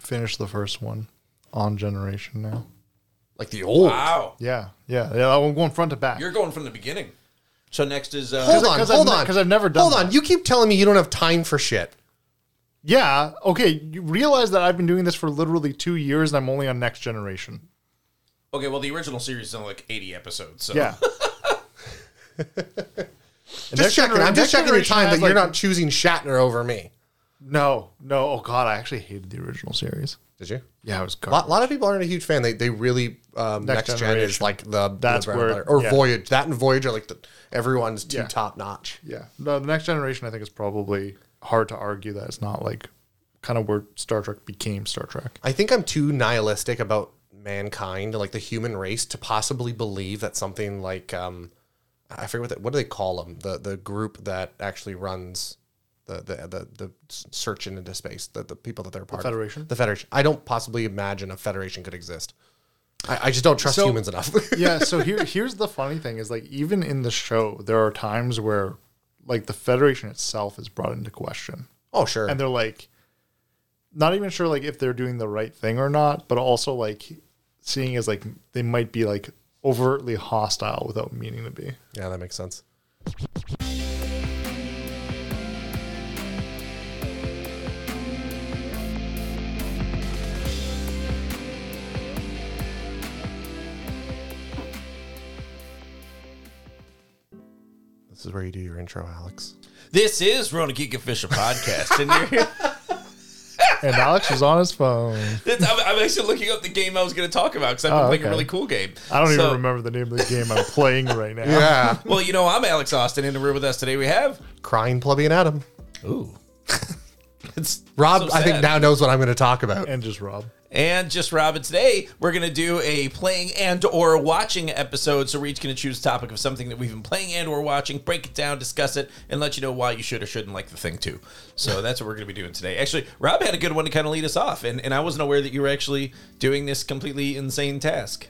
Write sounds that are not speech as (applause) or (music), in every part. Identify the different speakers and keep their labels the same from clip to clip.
Speaker 1: finished the first one on Generation now.
Speaker 2: Like the old.
Speaker 1: Ah.
Speaker 3: Wow.
Speaker 1: Yeah, yeah, yeah. I'm going front to back.
Speaker 3: You're going from the beginning. So next is uh,
Speaker 2: Hold on,
Speaker 1: 'Cause
Speaker 2: hold
Speaker 1: I've ne-
Speaker 2: on.
Speaker 1: 'cause I've never done
Speaker 2: Hold
Speaker 1: that.
Speaker 2: on. You keep telling me you don't have time for shit.
Speaker 1: yeah, okay. You realize that I've been doing this for literally two years, and I'm only on Next Generation.
Speaker 3: okay. Well, the original series is only like 80 episodes. So
Speaker 1: Yeah.
Speaker 2: Just checking. I'm just checking your time, but
Speaker 1: that
Speaker 2: you're not choosing Shatner over me.
Speaker 1: No, no. Oh God, I actually hated the original series.
Speaker 2: Did you?
Speaker 1: Yeah, it was
Speaker 2: A
Speaker 1: garbage.
Speaker 2: lot, lot of people aren't a huge fan. They they really um, next,
Speaker 1: Next
Speaker 2: gen is
Speaker 1: Generation.
Speaker 2: like the the
Speaker 1: That's
Speaker 2: bread
Speaker 1: where-
Speaker 2: and butter. or
Speaker 1: yeah.
Speaker 2: Voyage. That and Voyage are like the, everyone's two
Speaker 1: Yeah.
Speaker 2: top notch.
Speaker 1: Yeah. No, the next generation I think is probably hard to argue that it's not like kind of where Star Trek became Star Trek.
Speaker 2: I think I'm too nihilistic about mankind, like the human race, to possibly believe that something like um, I forget what that, what do they call them the the group that actually runs the the the, the search into space the, the people that they're part
Speaker 1: Federation?
Speaker 2: of the Federation. I don't possibly imagine a Federation could exist. I, I just don't trust
Speaker 1: So-
Speaker 2: humans enough. (laughs)
Speaker 1: yeah, so here here's the funny thing is like even in the show there are times where like the Federation itself is brought into question.
Speaker 2: oh sure.
Speaker 1: And they're like not even sure like if they're doing the right thing or not, but also like seeing as like they might be like overtly hostile without meaning to be.
Speaker 2: yeah, that makes sense. This is where you do your intro, Alex.
Speaker 3: this is Rona Geek Official podcast,
Speaker 1: (laughs)
Speaker 3: and you're,
Speaker 1: And Alex is on his phone.
Speaker 3: that's, I'm, I'm actually looking up the game I was going to talk about because I've been
Speaker 1: Oh,
Speaker 3: playing a
Speaker 1: okay.
Speaker 3: really cool game.
Speaker 1: I don't even
Speaker 3: So-
Speaker 1: remember the name of the game I'm playing right now.
Speaker 2: Yeah,
Speaker 3: Well, you know, I'm Alex Austin. In the room with us today, we have
Speaker 2: (laughs) crying, Plubby, and Adam.
Speaker 3: ooh, it's
Speaker 2: Rob,
Speaker 3: so
Speaker 2: I think
Speaker 3: sad.
Speaker 2: now knows what I'm going to talk about.
Speaker 1: And just Rob.
Speaker 3: And just Robin, today we're going to do a playing and or watching episode. So we're each going to choose a topic of something that we've been playing and or watching, break it down, discuss it, and let you know why you should or shouldn't like the thing too. So that's what we're going to be doing today. Actually, Rob had a good one to kind of lead us off, and, and I wasn't aware that you were actually doing this completely insane task.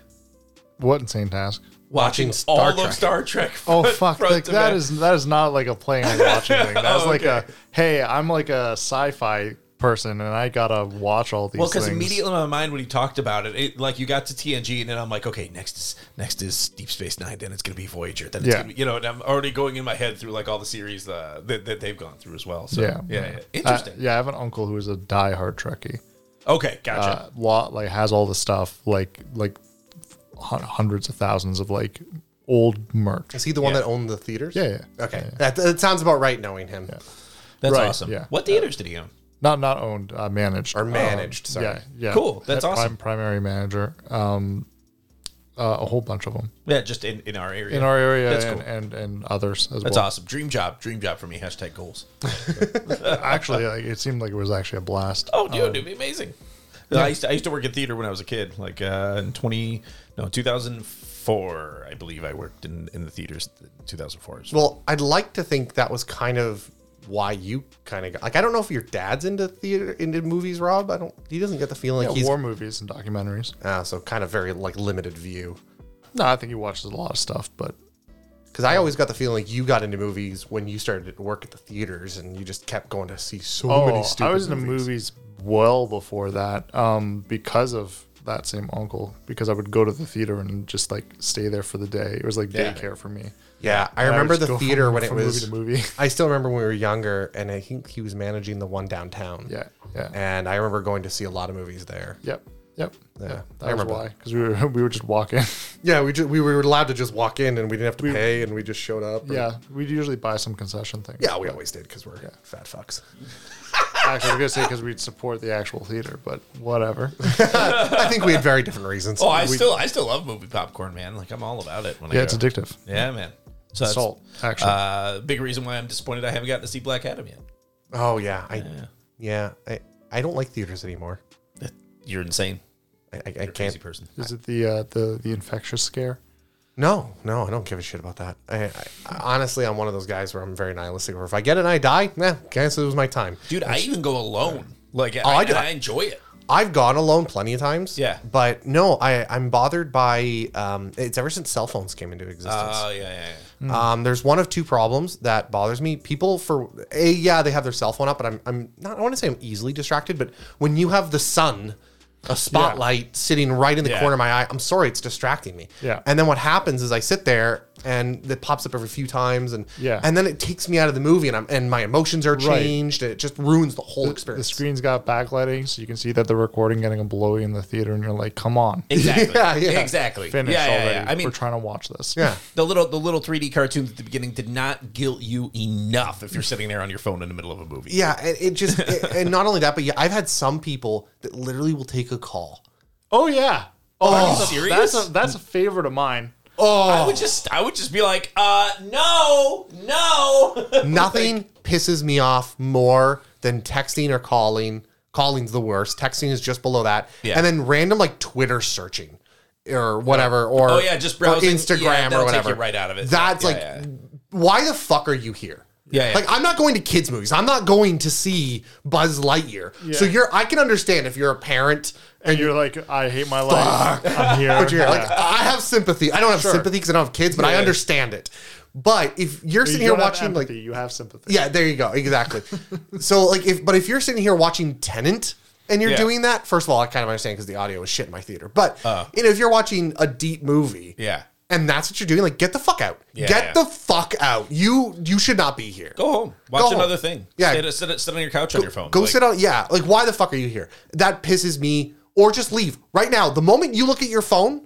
Speaker 1: What insane task?
Speaker 3: Watching,
Speaker 2: Star
Speaker 3: all
Speaker 2: Trek.
Speaker 3: of Star Trek. (laughs)
Speaker 1: Oh
Speaker 3: front-
Speaker 1: fuck!
Speaker 3: front
Speaker 1: Like
Speaker 3: to
Speaker 1: that
Speaker 3: back.
Speaker 1: is that is not like a playing and watching thing. That's
Speaker 3: (laughs) Oh,
Speaker 1: like a hey, I'm like a sci-fi person and I gotta watch all these.
Speaker 3: Well,
Speaker 1: things.
Speaker 3: because immediately in my mind when he talked about it, it, like you got to TNG, and then I'm like, okay, next is next is Deep Space Nine, then it's gonna be Voyager, then it's
Speaker 1: Yeah.
Speaker 3: gonna be, you know, and I'm already going in my head through like all the series uh, that that they've gone through as well. So yeah,
Speaker 1: Yeah.
Speaker 3: yeah,
Speaker 1: Uh,
Speaker 3: interesting.
Speaker 1: yeah, I have an uncle who is a die-hard Trekkie.
Speaker 3: Okay, gotcha.
Speaker 1: Uh, lot like has all the stuff like like hun- hundreds of thousands of like old merch.
Speaker 2: Is he the one that owned the theaters?
Speaker 1: Yeah, yeah.
Speaker 2: Okay,
Speaker 1: Yeah, yeah.
Speaker 2: That, that sounds about right. Knowing him
Speaker 3: That's
Speaker 1: right,
Speaker 3: awesome.
Speaker 1: yeah.
Speaker 3: What theaters did he own?
Speaker 1: Not not owned, uh, managed
Speaker 2: or managed. sorry.
Speaker 1: Oh. Yeah, yeah.
Speaker 3: Cool, that's
Speaker 1: Prim-
Speaker 3: awesome.
Speaker 1: primary manager. Um, uh, a whole bunch of them
Speaker 3: Yeah, just in, in our area.
Speaker 1: in our area
Speaker 3: That's
Speaker 1: and,
Speaker 3: cool.
Speaker 1: and and others as
Speaker 3: That's
Speaker 1: well.
Speaker 3: awesome. Dream job, dream job for me.
Speaker 1: (laughs)
Speaker 3: Hashtag goals.
Speaker 1: Actually, like, it seemed like it was actually a blast.
Speaker 3: Oh, dude, it'd be amazing. I used to I used to work in theater when I was a kid, like uh, in twenty no two thousand four, I believe I worked in in the theaters two thousand four.
Speaker 2: Well, I'd like to think that was kind of why you kind of got, like I don't know if your dad's into theater into movies, Rob. I don't. He doesn't get the feeling
Speaker 1: Yeah,
Speaker 2: like he's
Speaker 1: war movies and documentaries.
Speaker 2: ah, so kind of very like limited view.
Speaker 1: No, I think he watches a lot of stuff, but
Speaker 2: Because I always got the feeling like you got into movies when you started to work at the theaters, and you just kept going to see so many stupid.
Speaker 1: Oh, I was into
Speaker 2: movies.
Speaker 1: movies well before that um, because of that same uncle. Because I would go to the theater and just like stay there for the day. It was like daycare for me.
Speaker 2: Yeah, I
Speaker 1: And would
Speaker 2: remember
Speaker 1: just
Speaker 2: the
Speaker 1: go
Speaker 2: theater
Speaker 1: from-
Speaker 2: when it
Speaker 1: from
Speaker 2: was.
Speaker 1: movie (laughs) to movie.
Speaker 2: I still remember when we were younger, and I think he was managing the one downtown.
Speaker 1: Yeah, yeah.
Speaker 2: And I remember going to see a lot of movies there.
Speaker 1: Yep, yep.
Speaker 2: Yeah,
Speaker 1: yep.
Speaker 2: I
Speaker 1: That was
Speaker 2: remember
Speaker 1: why because we were (laughs) we were just walking.
Speaker 2: Yeah, we ju- we were allowed to just walk in, and we didn't have to pay, and we just showed up. or-
Speaker 1: yeah, we'd usually buy some concession things.
Speaker 2: Yeah, we always did because we're fat fucks.
Speaker 1: actually, I was gonna say because we'd support the actual theater, but whatever. (laughs)
Speaker 2: I think we had very different reasons.
Speaker 3: Oh, I
Speaker 2: We-
Speaker 3: still I still love movie popcorn, man. Like I'm all about it when I
Speaker 1: Yeah,
Speaker 3: go.
Speaker 1: it's addictive.
Speaker 3: yeah, man. So that's,
Speaker 1: Salt, actually.
Speaker 3: Uh, big reason why I'm disappointed I haven't gotten to see Black Adam yet.
Speaker 2: Oh yeah, I yeah, I, I don't like theaters anymore.
Speaker 3: You're insane,
Speaker 2: I, I, I
Speaker 3: crazy
Speaker 2: can't.
Speaker 3: person.
Speaker 1: Is it the uh, the the infectious scare?
Speaker 2: No, no, I don't give a shit about that. I, I, honestly, I'm one of those guys where I'm very nihilistic. Where if I get it and I die, nah, guess it was my time.
Speaker 3: Dude, I even go alone. Like
Speaker 2: I
Speaker 3: I,
Speaker 2: do-
Speaker 3: I enjoy it.
Speaker 2: I've gone alone plenty of times.
Speaker 3: Yeah.
Speaker 2: But no, I, I'm bothered by um, it's ever since cell phones came into existence.
Speaker 3: Oh yeah, yeah, yeah.
Speaker 2: Um, there's one of two problems that bothers me. People for a yeah, they have their cell phone up, but I'm I'm not. I want to say I'm easily distracted, but when you have the sun, a spotlight sitting right in the
Speaker 3: Yeah.
Speaker 2: corner of my eye, I'm sorry, it's distracting me.
Speaker 1: Yeah.
Speaker 2: And then what happens is I sit there and it pops up every few times, and
Speaker 1: Yeah.
Speaker 2: and then it takes me out of the movie, and I'm and my emotions are
Speaker 1: Right.
Speaker 2: changed, and it just ruins the whole
Speaker 1: The
Speaker 2: experience.
Speaker 1: screen's got backlighting, so you can see that they're recording getting blowy in the theater, and you're like, "Come on,
Speaker 3: Exactly.
Speaker 2: Yeah, yeah.
Speaker 3: Exactly.
Speaker 1: finish
Speaker 3: yeah, yeah,
Speaker 1: already.
Speaker 3: yeah. I mean,
Speaker 1: we're trying to watch this."
Speaker 2: yeah.
Speaker 3: the little the little 3D cartoons at the beginning did not guilt you enough if you're sitting there on your phone in the middle of a movie.
Speaker 2: Yeah, and it just it- and not only that, but yeah, I've had some people that literally will take a call.
Speaker 1: Oh yeah. Oh,
Speaker 3: Are you
Speaker 1: that's a-
Speaker 3: serious?
Speaker 1: That's a, that's a favorite of mine.
Speaker 3: I would just I would just be like, uh, no, no. (laughs)
Speaker 2: Nothing pisses me off more than texting or calling. Calling's the worst. Texting is just below that.
Speaker 3: Yeah.
Speaker 2: And then random like Twitter searching or whatever or
Speaker 3: Oh, yeah, just
Speaker 2: or
Speaker 3: browsing.
Speaker 2: Instagram
Speaker 3: Yeah, that'll
Speaker 2: or
Speaker 3: take
Speaker 2: whatever.
Speaker 3: you right out of it.
Speaker 2: That's
Speaker 3: Yeah,
Speaker 2: like
Speaker 3: yeah.
Speaker 2: why the fuck are you here?
Speaker 3: Yeah, yeah.
Speaker 2: Like I'm not going to kids movies. I'm not going to see Buzz Lightyear. So you're I can understand if you're a parent
Speaker 1: And you're like, I hate my life. I'm here.
Speaker 2: but you're like
Speaker 1: Yeah.
Speaker 2: I have sympathy. I don't have sympathy because I don't have kids, but I
Speaker 1: Yeah.
Speaker 2: understand it. But if you're
Speaker 1: You
Speaker 2: sitting here
Speaker 1: don't have
Speaker 2: watching like
Speaker 1: empathy, you have sympathy.
Speaker 2: Yeah, there you go.
Speaker 3: (laughs)
Speaker 2: Exactly. so like if but if you're sitting here watching Tenant and you're
Speaker 3: Yeah.
Speaker 2: doing that, first of all, I kind of understand because the audio was shit in my theater. But you know, if you're watching a deep movie,
Speaker 3: Uh. Yeah.
Speaker 2: and that's what you're doing, like get the fuck out.
Speaker 3: Yeah,
Speaker 2: get
Speaker 3: yeah.
Speaker 2: the fuck out. You you should not be here.
Speaker 3: Go home. Watch
Speaker 2: Go home.
Speaker 3: another thing.
Speaker 2: Yeah.
Speaker 3: Sit, sit, sit on your couch on your phone.
Speaker 2: Go
Speaker 3: Like,
Speaker 2: sit on. Yeah, like why the fuck are you here? That pisses me. Or just leave right now. The moment you look at your phone,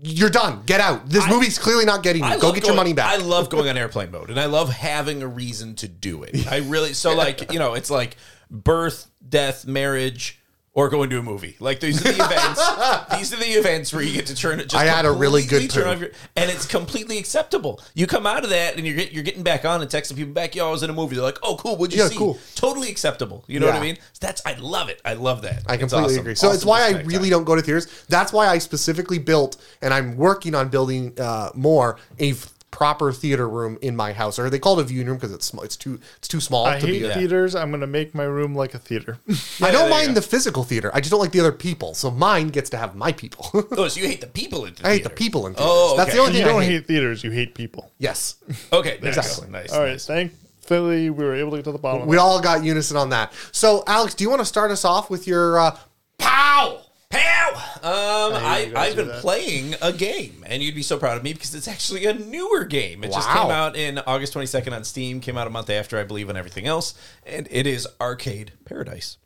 Speaker 2: you're done. Get out. This movie's clearly not getting you.
Speaker 3: I
Speaker 2: Go
Speaker 3: love
Speaker 2: get
Speaker 3: going-
Speaker 2: your money back.
Speaker 3: I love going
Speaker 2: (laughs)
Speaker 3: on airplane mode, and I love having a reason to do it. I really so like you know it's like birth, death, marriage, or going to a movie. Like these
Speaker 2: (laughs)
Speaker 3: are the events. these are the events where you get to turn it. Just
Speaker 2: I had a really
Speaker 3: completely
Speaker 2: good
Speaker 3: turn
Speaker 2: poo.
Speaker 3: off your- and it's completely acceptable. You come out of that, and you're get, you're getting back on and texting people back. Yo, I was in a movie. They're like, oh, cool. What'd you
Speaker 2: Yeah,
Speaker 3: see?
Speaker 2: cool.
Speaker 3: Totally acceptable. You know what I
Speaker 2: Yeah.
Speaker 3: mean? That's I love it. I love that.
Speaker 2: I completely agree. So it's why I really don't go to theaters. That's why I specifically built, and I'm working on building uh, more a f- proper theater room in my house, or they call it a viewing room because it's small. It's too it's too small
Speaker 1: I
Speaker 2: to
Speaker 1: hate
Speaker 2: be. A,
Speaker 1: theaters. I'm gonna make my room like a
Speaker 2: (laughs)
Speaker 1: theater.
Speaker 2: I
Speaker 3: there you
Speaker 2: don't mind
Speaker 3: go.
Speaker 2: the physical theater. I just don't like the other people. So mine gets to have my people. (laughs)
Speaker 3: Oh, so you hate the people at the
Speaker 2: I hate the
Speaker 3: theater.
Speaker 2: people in theaters.
Speaker 3: Oh,
Speaker 2: That's the
Speaker 3: okay.
Speaker 2: only
Speaker 1: you
Speaker 2: thing I
Speaker 1: don't
Speaker 2: hate.
Speaker 1: hate theaters. You hate people.
Speaker 2: Yes, (laughs)
Speaker 3: Okay, there you go.
Speaker 2: Exactly.
Speaker 3: Nice.
Speaker 1: All right.
Speaker 3: nice.
Speaker 1: Thankfully, we were able to get to the bottom. of
Speaker 2: we
Speaker 1: it.
Speaker 2: all got unison on that. So Alex, do you want to start us off with your? Uh,
Speaker 3: Pow! Pow! Um, I,
Speaker 1: you guys
Speaker 3: I've
Speaker 1: do
Speaker 3: been
Speaker 1: that.
Speaker 3: playing a game, and you'd be so proud of me because it's actually a newer game. It just
Speaker 2: Wow.
Speaker 3: came out in August 22nd on Steam, came out a month after, I believe, on everything else, and it is Arcade Paradise.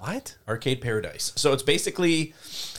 Speaker 2: what?
Speaker 3: Arcade Paradise. So it's basically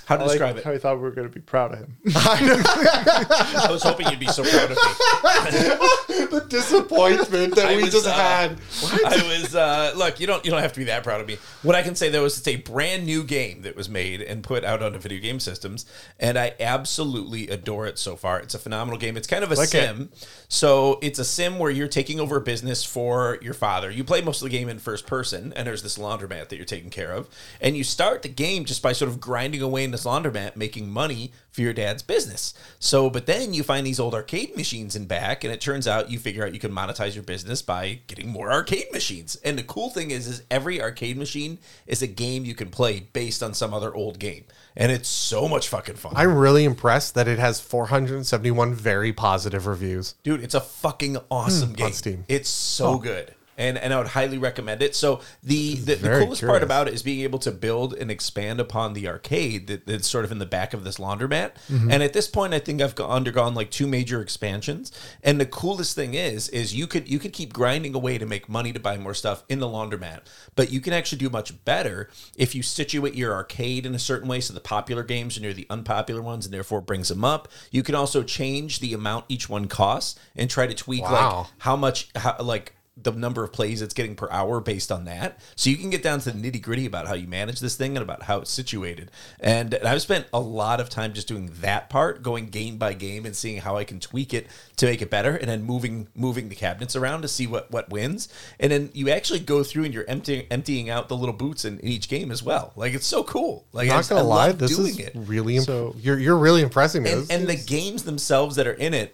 Speaker 3: how to
Speaker 1: I like
Speaker 3: describe
Speaker 1: how
Speaker 3: it.
Speaker 1: he thought we were gonna be proud of him.
Speaker 3: I was hoping you'd be so
Speaker 1: (laughs)
Speaker 3: proud of me.
Speaker 2: The disappointment that
Speaker 3: (laughs) I
Speaker 2: we
Speaker 3: was,
Speaker 2: just
Speaker 3: uh,
Speaker 2: had.
Speaker 3: I was uh, look. You don't you don't have to be that proud of me. What I can say though is it's a brand new game that was made and put out onto video game systems, and I absolutely adore it so far. It's a phenomenal game. It's kind of a sim, so it's a sim where you're taking over a business for your father. You play most of the game in first person, and there's this laundromat that you're taking care of, and you start the game just by sort of grinding away in this laundromat, making money for your dad's business. So, but then you find these old arcade machines in back, and it turns out you figure out you can monetize your business by getting more arcade machines. And the cool thing is, is every arcade machine is a game you can play based on some other old game, and it's so much fucking fun.
Speaker 2: I'm really impressed that it has 471 very positive reviews.
Speaker 3: dude it's a fucking awesome game
Speaker 2: Hmm, Steam.
Speaker 3: it's so good and and i would highly recommend it so the the, the
Speaker 2: very
Speaker 3: coolest part
Speaker 2: curious.
Speaker 3: about it is being able to build and expand upon the arcade that, that's sort of in the back of this laundromat and at this point i think i've go- undergone like two major expansions and the coolest thing is is you could you could keep grinding away to make money to buy more stuff in the laundromat but you can actually do much better if you situate your arcade in a certain way so the popular games are near the unpopular ones and therefore brings them up you can also change the amount each one costs and try to tweak like
Speaker 2: Wow.
Speaker 3: how much how, like the number of plays it's getting per hour based on that so you can get down to the nitty gritty about how you manage this thing and about how it's situated and, and i've spent a lot of time just doing that part going game by game and seeing how i can tweak it to make it better and then moving moving the cabinets around to see what what wins and then you actually go through and you're emptying emptying out the little boots in, in each game as well like it's so cool like
Speaker 2: not
Speaker 3: just-
Speaker 2: gonna lie,
Speaker 3: love
Speaker 2: this is really imp-
Speaker 1: So-
Speaker 2: you're you're really impressing me.
Speaker 3: and,
Speaker 2: This-
Speaker 3: and the games themselves that are in it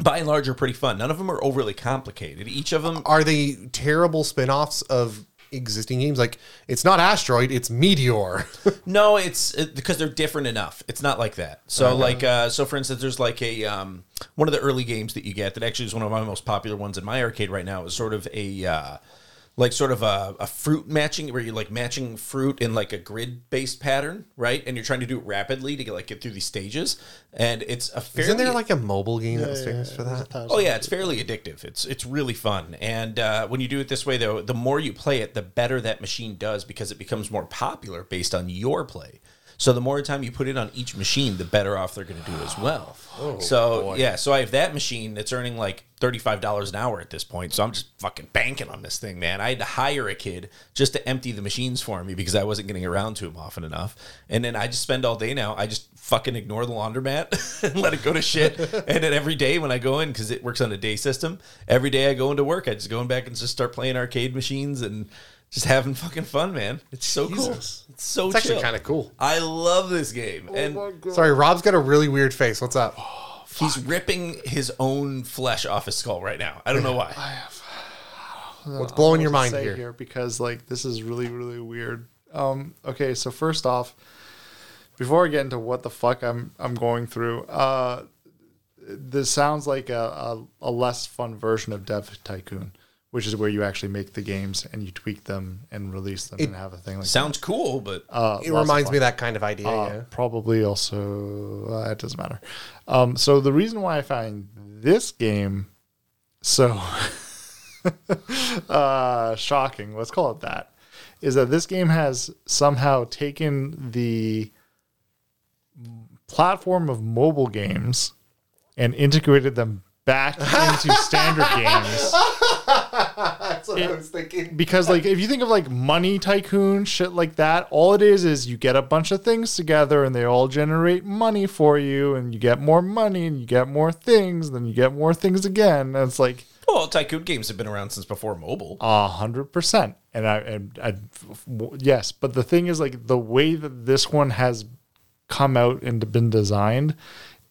Speaker 3: by and large are pretty fun none of them are overly complicated each of them
Speaker 2: are they terrible spin-offs of existing games. Like it's not asteroid, it's meteor. (laughs)
Speaker 3: No, it's it, because they're different enough. It's not like that. So like uh, so for instance, there's like a um, one of the early games that you get that actually is one of my most popular ones in my arcade right now is sort of a uh, like sort of a, a fruit matching where you're like matching fruit in like a grid based pattern, right? And you're trying to do it rapidly to get like get through these stages, and it's a fairly
Speaker 2: Isn't there like a mobile game that was famous for that?
Speaker 3: Oh yeah, it's fairly addictive. It's it's really fun, and uh, when you do it this way, though, the more you play it, the better that machine does because it becomes more popular based on your play. So the more time you put in on each machine, the better off they're going to do as well. so yeah, so I have that machine that's earning like thirty five dollars an hour at this point. So I'm just fucking banking on this thing, man. I had to hire a kid just to empty the machines for me because I wasn't getting around to them often enough. And then I just spend all day now. I just fucking ignore the laundromat (laughs) and let it go to shit. and then every day when I go in, because it works on a day system, every day I go into work, I just go in back and just start playing arcade machines and just having fucking fun, man. It's so cool.
Speaker 2: Jesus.
Speaker 3: It's so
Speaker 2: It's actually
Speaker 3: chill.
Speaker 2: kind of cool.
Speaker 3: I love this game. and
Speaker 2: Sorry, Rob's got a really weird face. What's up?
Speaker 3: Oh, he's ripping his own flesh off his skull right now. I don't know why.
Speaker 2: What's blowing your
Speaker 1: what to
Speaker 2: mind
Speaker 1: say
Speaker 2: here?
Speaker 1: because like this is really really weird. Um, okay, so first off, before I get into what the fuck I'm I'm going through, uh, this sounds like a, a, a less fun version of Dev Tycoon, which is where you actually make the games and you tweak them and release them and have a thing like
Speaker 3: Sounds cool, but
Speaker 2: it reminds me of that kind of idea.
Speaker 1: uh,
Speaker 2: yeah.
Speaker 1: probably also uh, it doesn't matter. Um, so the reason why I find this game so (laughs) uh, shocking, let's call it that, is that this game has somehow taken the platform of mobile games and integrated them back
Speaker 2: (laughs)
Speaker 1: into standard games
Speaker 3: Uh,
Speaker 2: That's what I was thinking.
Speaker 1: because like if you think of like money tycoon shit like that all it is is you get a bunch of things together and they all generate money for you and you get more money and you get more things then you get more things again and it's like
Speaker 3: well, tycoon games have been around since before mobile.
Speaker 1: a hundred percent and I, and I yes but the thing is like the way that this one has come out and been designed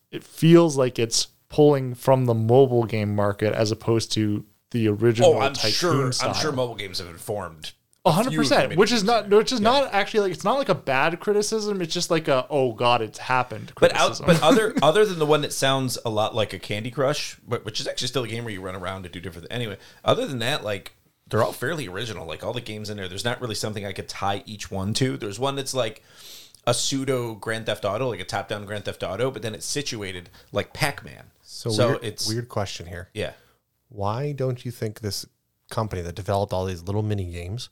Speaker 1: it feels like it's pulling from the mobile game market as opposed to the original
Speaker 3: Oh, I'm
Speaker 1: tycoon
Speaker 3: sure.
Speaker 1: style.
Speaker 3: I'm sure mobile games have informed.
Speaker 1: A
Speaker 3: a
Speaker 1: hundred
Speaker 3: few of
Speaker 1: percent,
Speaker 3: them
Speaker 1: which is not, which is not actually like it's not like a bad criticism. It's just like a oh god, it's happened.
Speaker 3: But out,
Speaker 1: Criticism.
Speaker 3: but other (laughs) other than the one that sounds a lot like a Candy Crush, but which is actually still a game where you run around to do different. Anyway, other than that, like they're all fairly original. Like all the games in there, there's not really something I could tie each one to. There's one that's like a pseudo Grand Theft Auto, like a top-down Grand Theft Auto, but then it's situated like Pac-Man. So,
Speaker 2: So, weird,
Speaker 3: it's
Speaker 2: weird question here.
Speaker 3: Yeah,
Speaker 2: Why don't you think this company that developed all these little mini games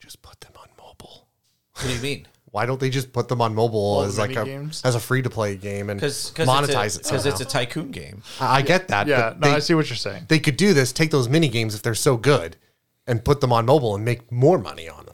Speaker 2: just put them on mobile?
Speaker 3: what do you mean?
Speaker 2: Why don't they just put them on mobile
Speaker 1: the
Speaker 2: as like a
Speaker 1: mini-games?
Speaker 2: as a free to play game and
Speaker 3: Because
Speaker 2: monetize it
Speaker 3: because
Speaker 2: somehow?
Speaker 3: it's a tycoon game.
Speaker 2: I I get
Speaker 1: (laughs)
Speaker 2: that.
Speaker 1: yeah,
Speaker 2: but
Speaker 1: no,
Speaker 2: they,
Speaker 1: I see what you're saying.
Speaker 2: they could do this, take those mini games if they're so good, and put them on mobile and make more money on them.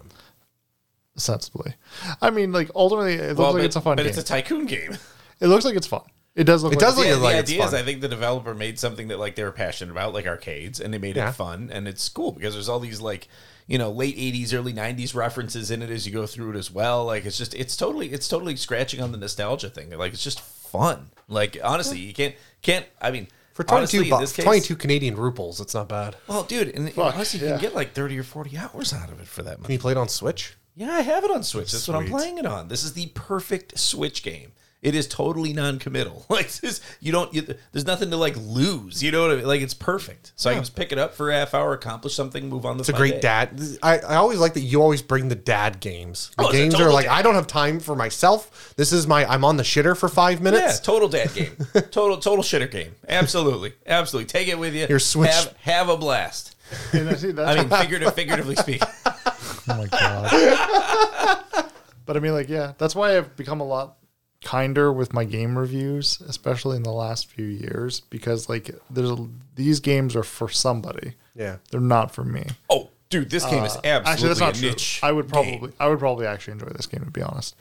Speaker 1: Sensibly, I mean, like ultimately, it looks
Speaker 3: Well,
Speaker 1: like
Speaker 3: but-
Speaker 1: it's a fun
Speaker 3: but
Speaker 1: game.
Speaker 3: it's a tycoon game. (laughs)
Speaker 1: it looks like it's fun. It does look.
Speaker 2: It
Speaker 1: like
Speaker 2: does
Speaker 1: it's fun.
Speaker 2: look
Speaker 3: Yeah,
Speaker 2: it's like
Speaker 3: the
Speaker 2: it's
Speaker 3: idea is
Speaker 2: fun.
Speaker 3: I think the developer made something that like they were passionate about, like arcades, and they made
Speaker 2: Yeah.
Speaker 3: it fun and it's cool because there's all these like you know late '80s, early '90s references in it as you go through it as well. Like it's just it's totally it's totally scratching on the nostalgia thing. Like it's just fun. Like honestly, you can't can't. I mean,
Speaker 2: For twenty
Speaker 3: honestly,
Speaker 2: two
Speaker 3: in
Speaker 2: bucks,
Speaker 3: this case-
Speaker 2: twenty two Canadian rupees, it's not bad.
Speaker 3: Well, dude, and
Speaker 1: Fuck,
Speaker 3: honestly, you
Speaker 1: yeah.
Speaker 3: can get like thirty or forty hours out of it for that
Speaker 2: Can
Speaker 3: money.
Speaker 2: you play it on Switch?
Speaker 3: Yeah, I have it on Switch. That's what I'm
Speaker 2: Sweet.
Speaker 3: playing it on. This is the perfect Switch game. It is totally non-committal. (laughs) Like this, you don't. You, there's nothing to like lose. You know what I mean? Like it's perfect. So I can just pick it up for a half hour, accomplish something, move on.
Speaker 2: It's a great dad. I, I always like that you always bring the dad games. The
Speaker 3: Oh, it's a
Speaker 2: games are
Speaker 3: total
Speaker 2: like
Speaker 3: dad.
Speaker 2: I don't have time for myself. This is my I'm on the shitter for five minutes.
Speaker 3: Yeah, total
Speaker 2: (laughs)
Speaker 3: dad game. total total shitter game. Absolutely, absolutely. Take it with you.
Speaker 2: Your Switch-
Speaker 3: Have, have a blast.
Speaker 1: And (laughs) I see
Speaker 3: I
Speaker 1: that.
Speaker 3: mean,
Speaker 2: (laughs)
Speaker 3: figurative, figuratively speaking.
Speaker 1: oh my god. (laughs) but I mean, like, yeah, that's why I've become a lot kinder with my game reviews, especially in the last few years, because like, there's these games are for somebody.
Speaker 2: Yeah. (laughs)
Speaker 1: They're not for me.
Speaker 3: Oh, dude, this game is absolutely
Speaker 1: Uh, Actually, that's not
Speaker 3: a
Speaker 1: true.
Speaker 3: niche.
Speaker 1: I would probably,
Speaker 3: game.
Speaker 1: I would probably actually enjoy this game to be honest.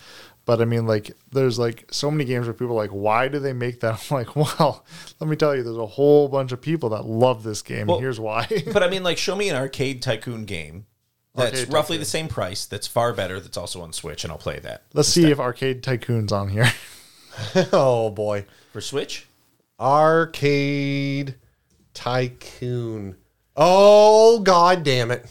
Speaker 1: But I mean, like, there's like so many games where people are like, why do they make that? (laughs) I'm like, well, let me tell you, there's a whole bunch of people that love this game. and here's
Speaker 3: (laughs)
Speaker 1: why.
Speaker 3: but I mean, like, show me an arcade tycoon game that's
Speaker 1: Arcade
Speaker 3: roughly the same price, that's far better, that's also on Switch, and I'll play that
Speaker 1: Let's see if Arcade Tycoon's on here. (laughs)
Speaker 2: Oh boy.
Speaker 3: for Switch. (laughs)
Speaker 2: Arcade Tycoon. Oh god damn it.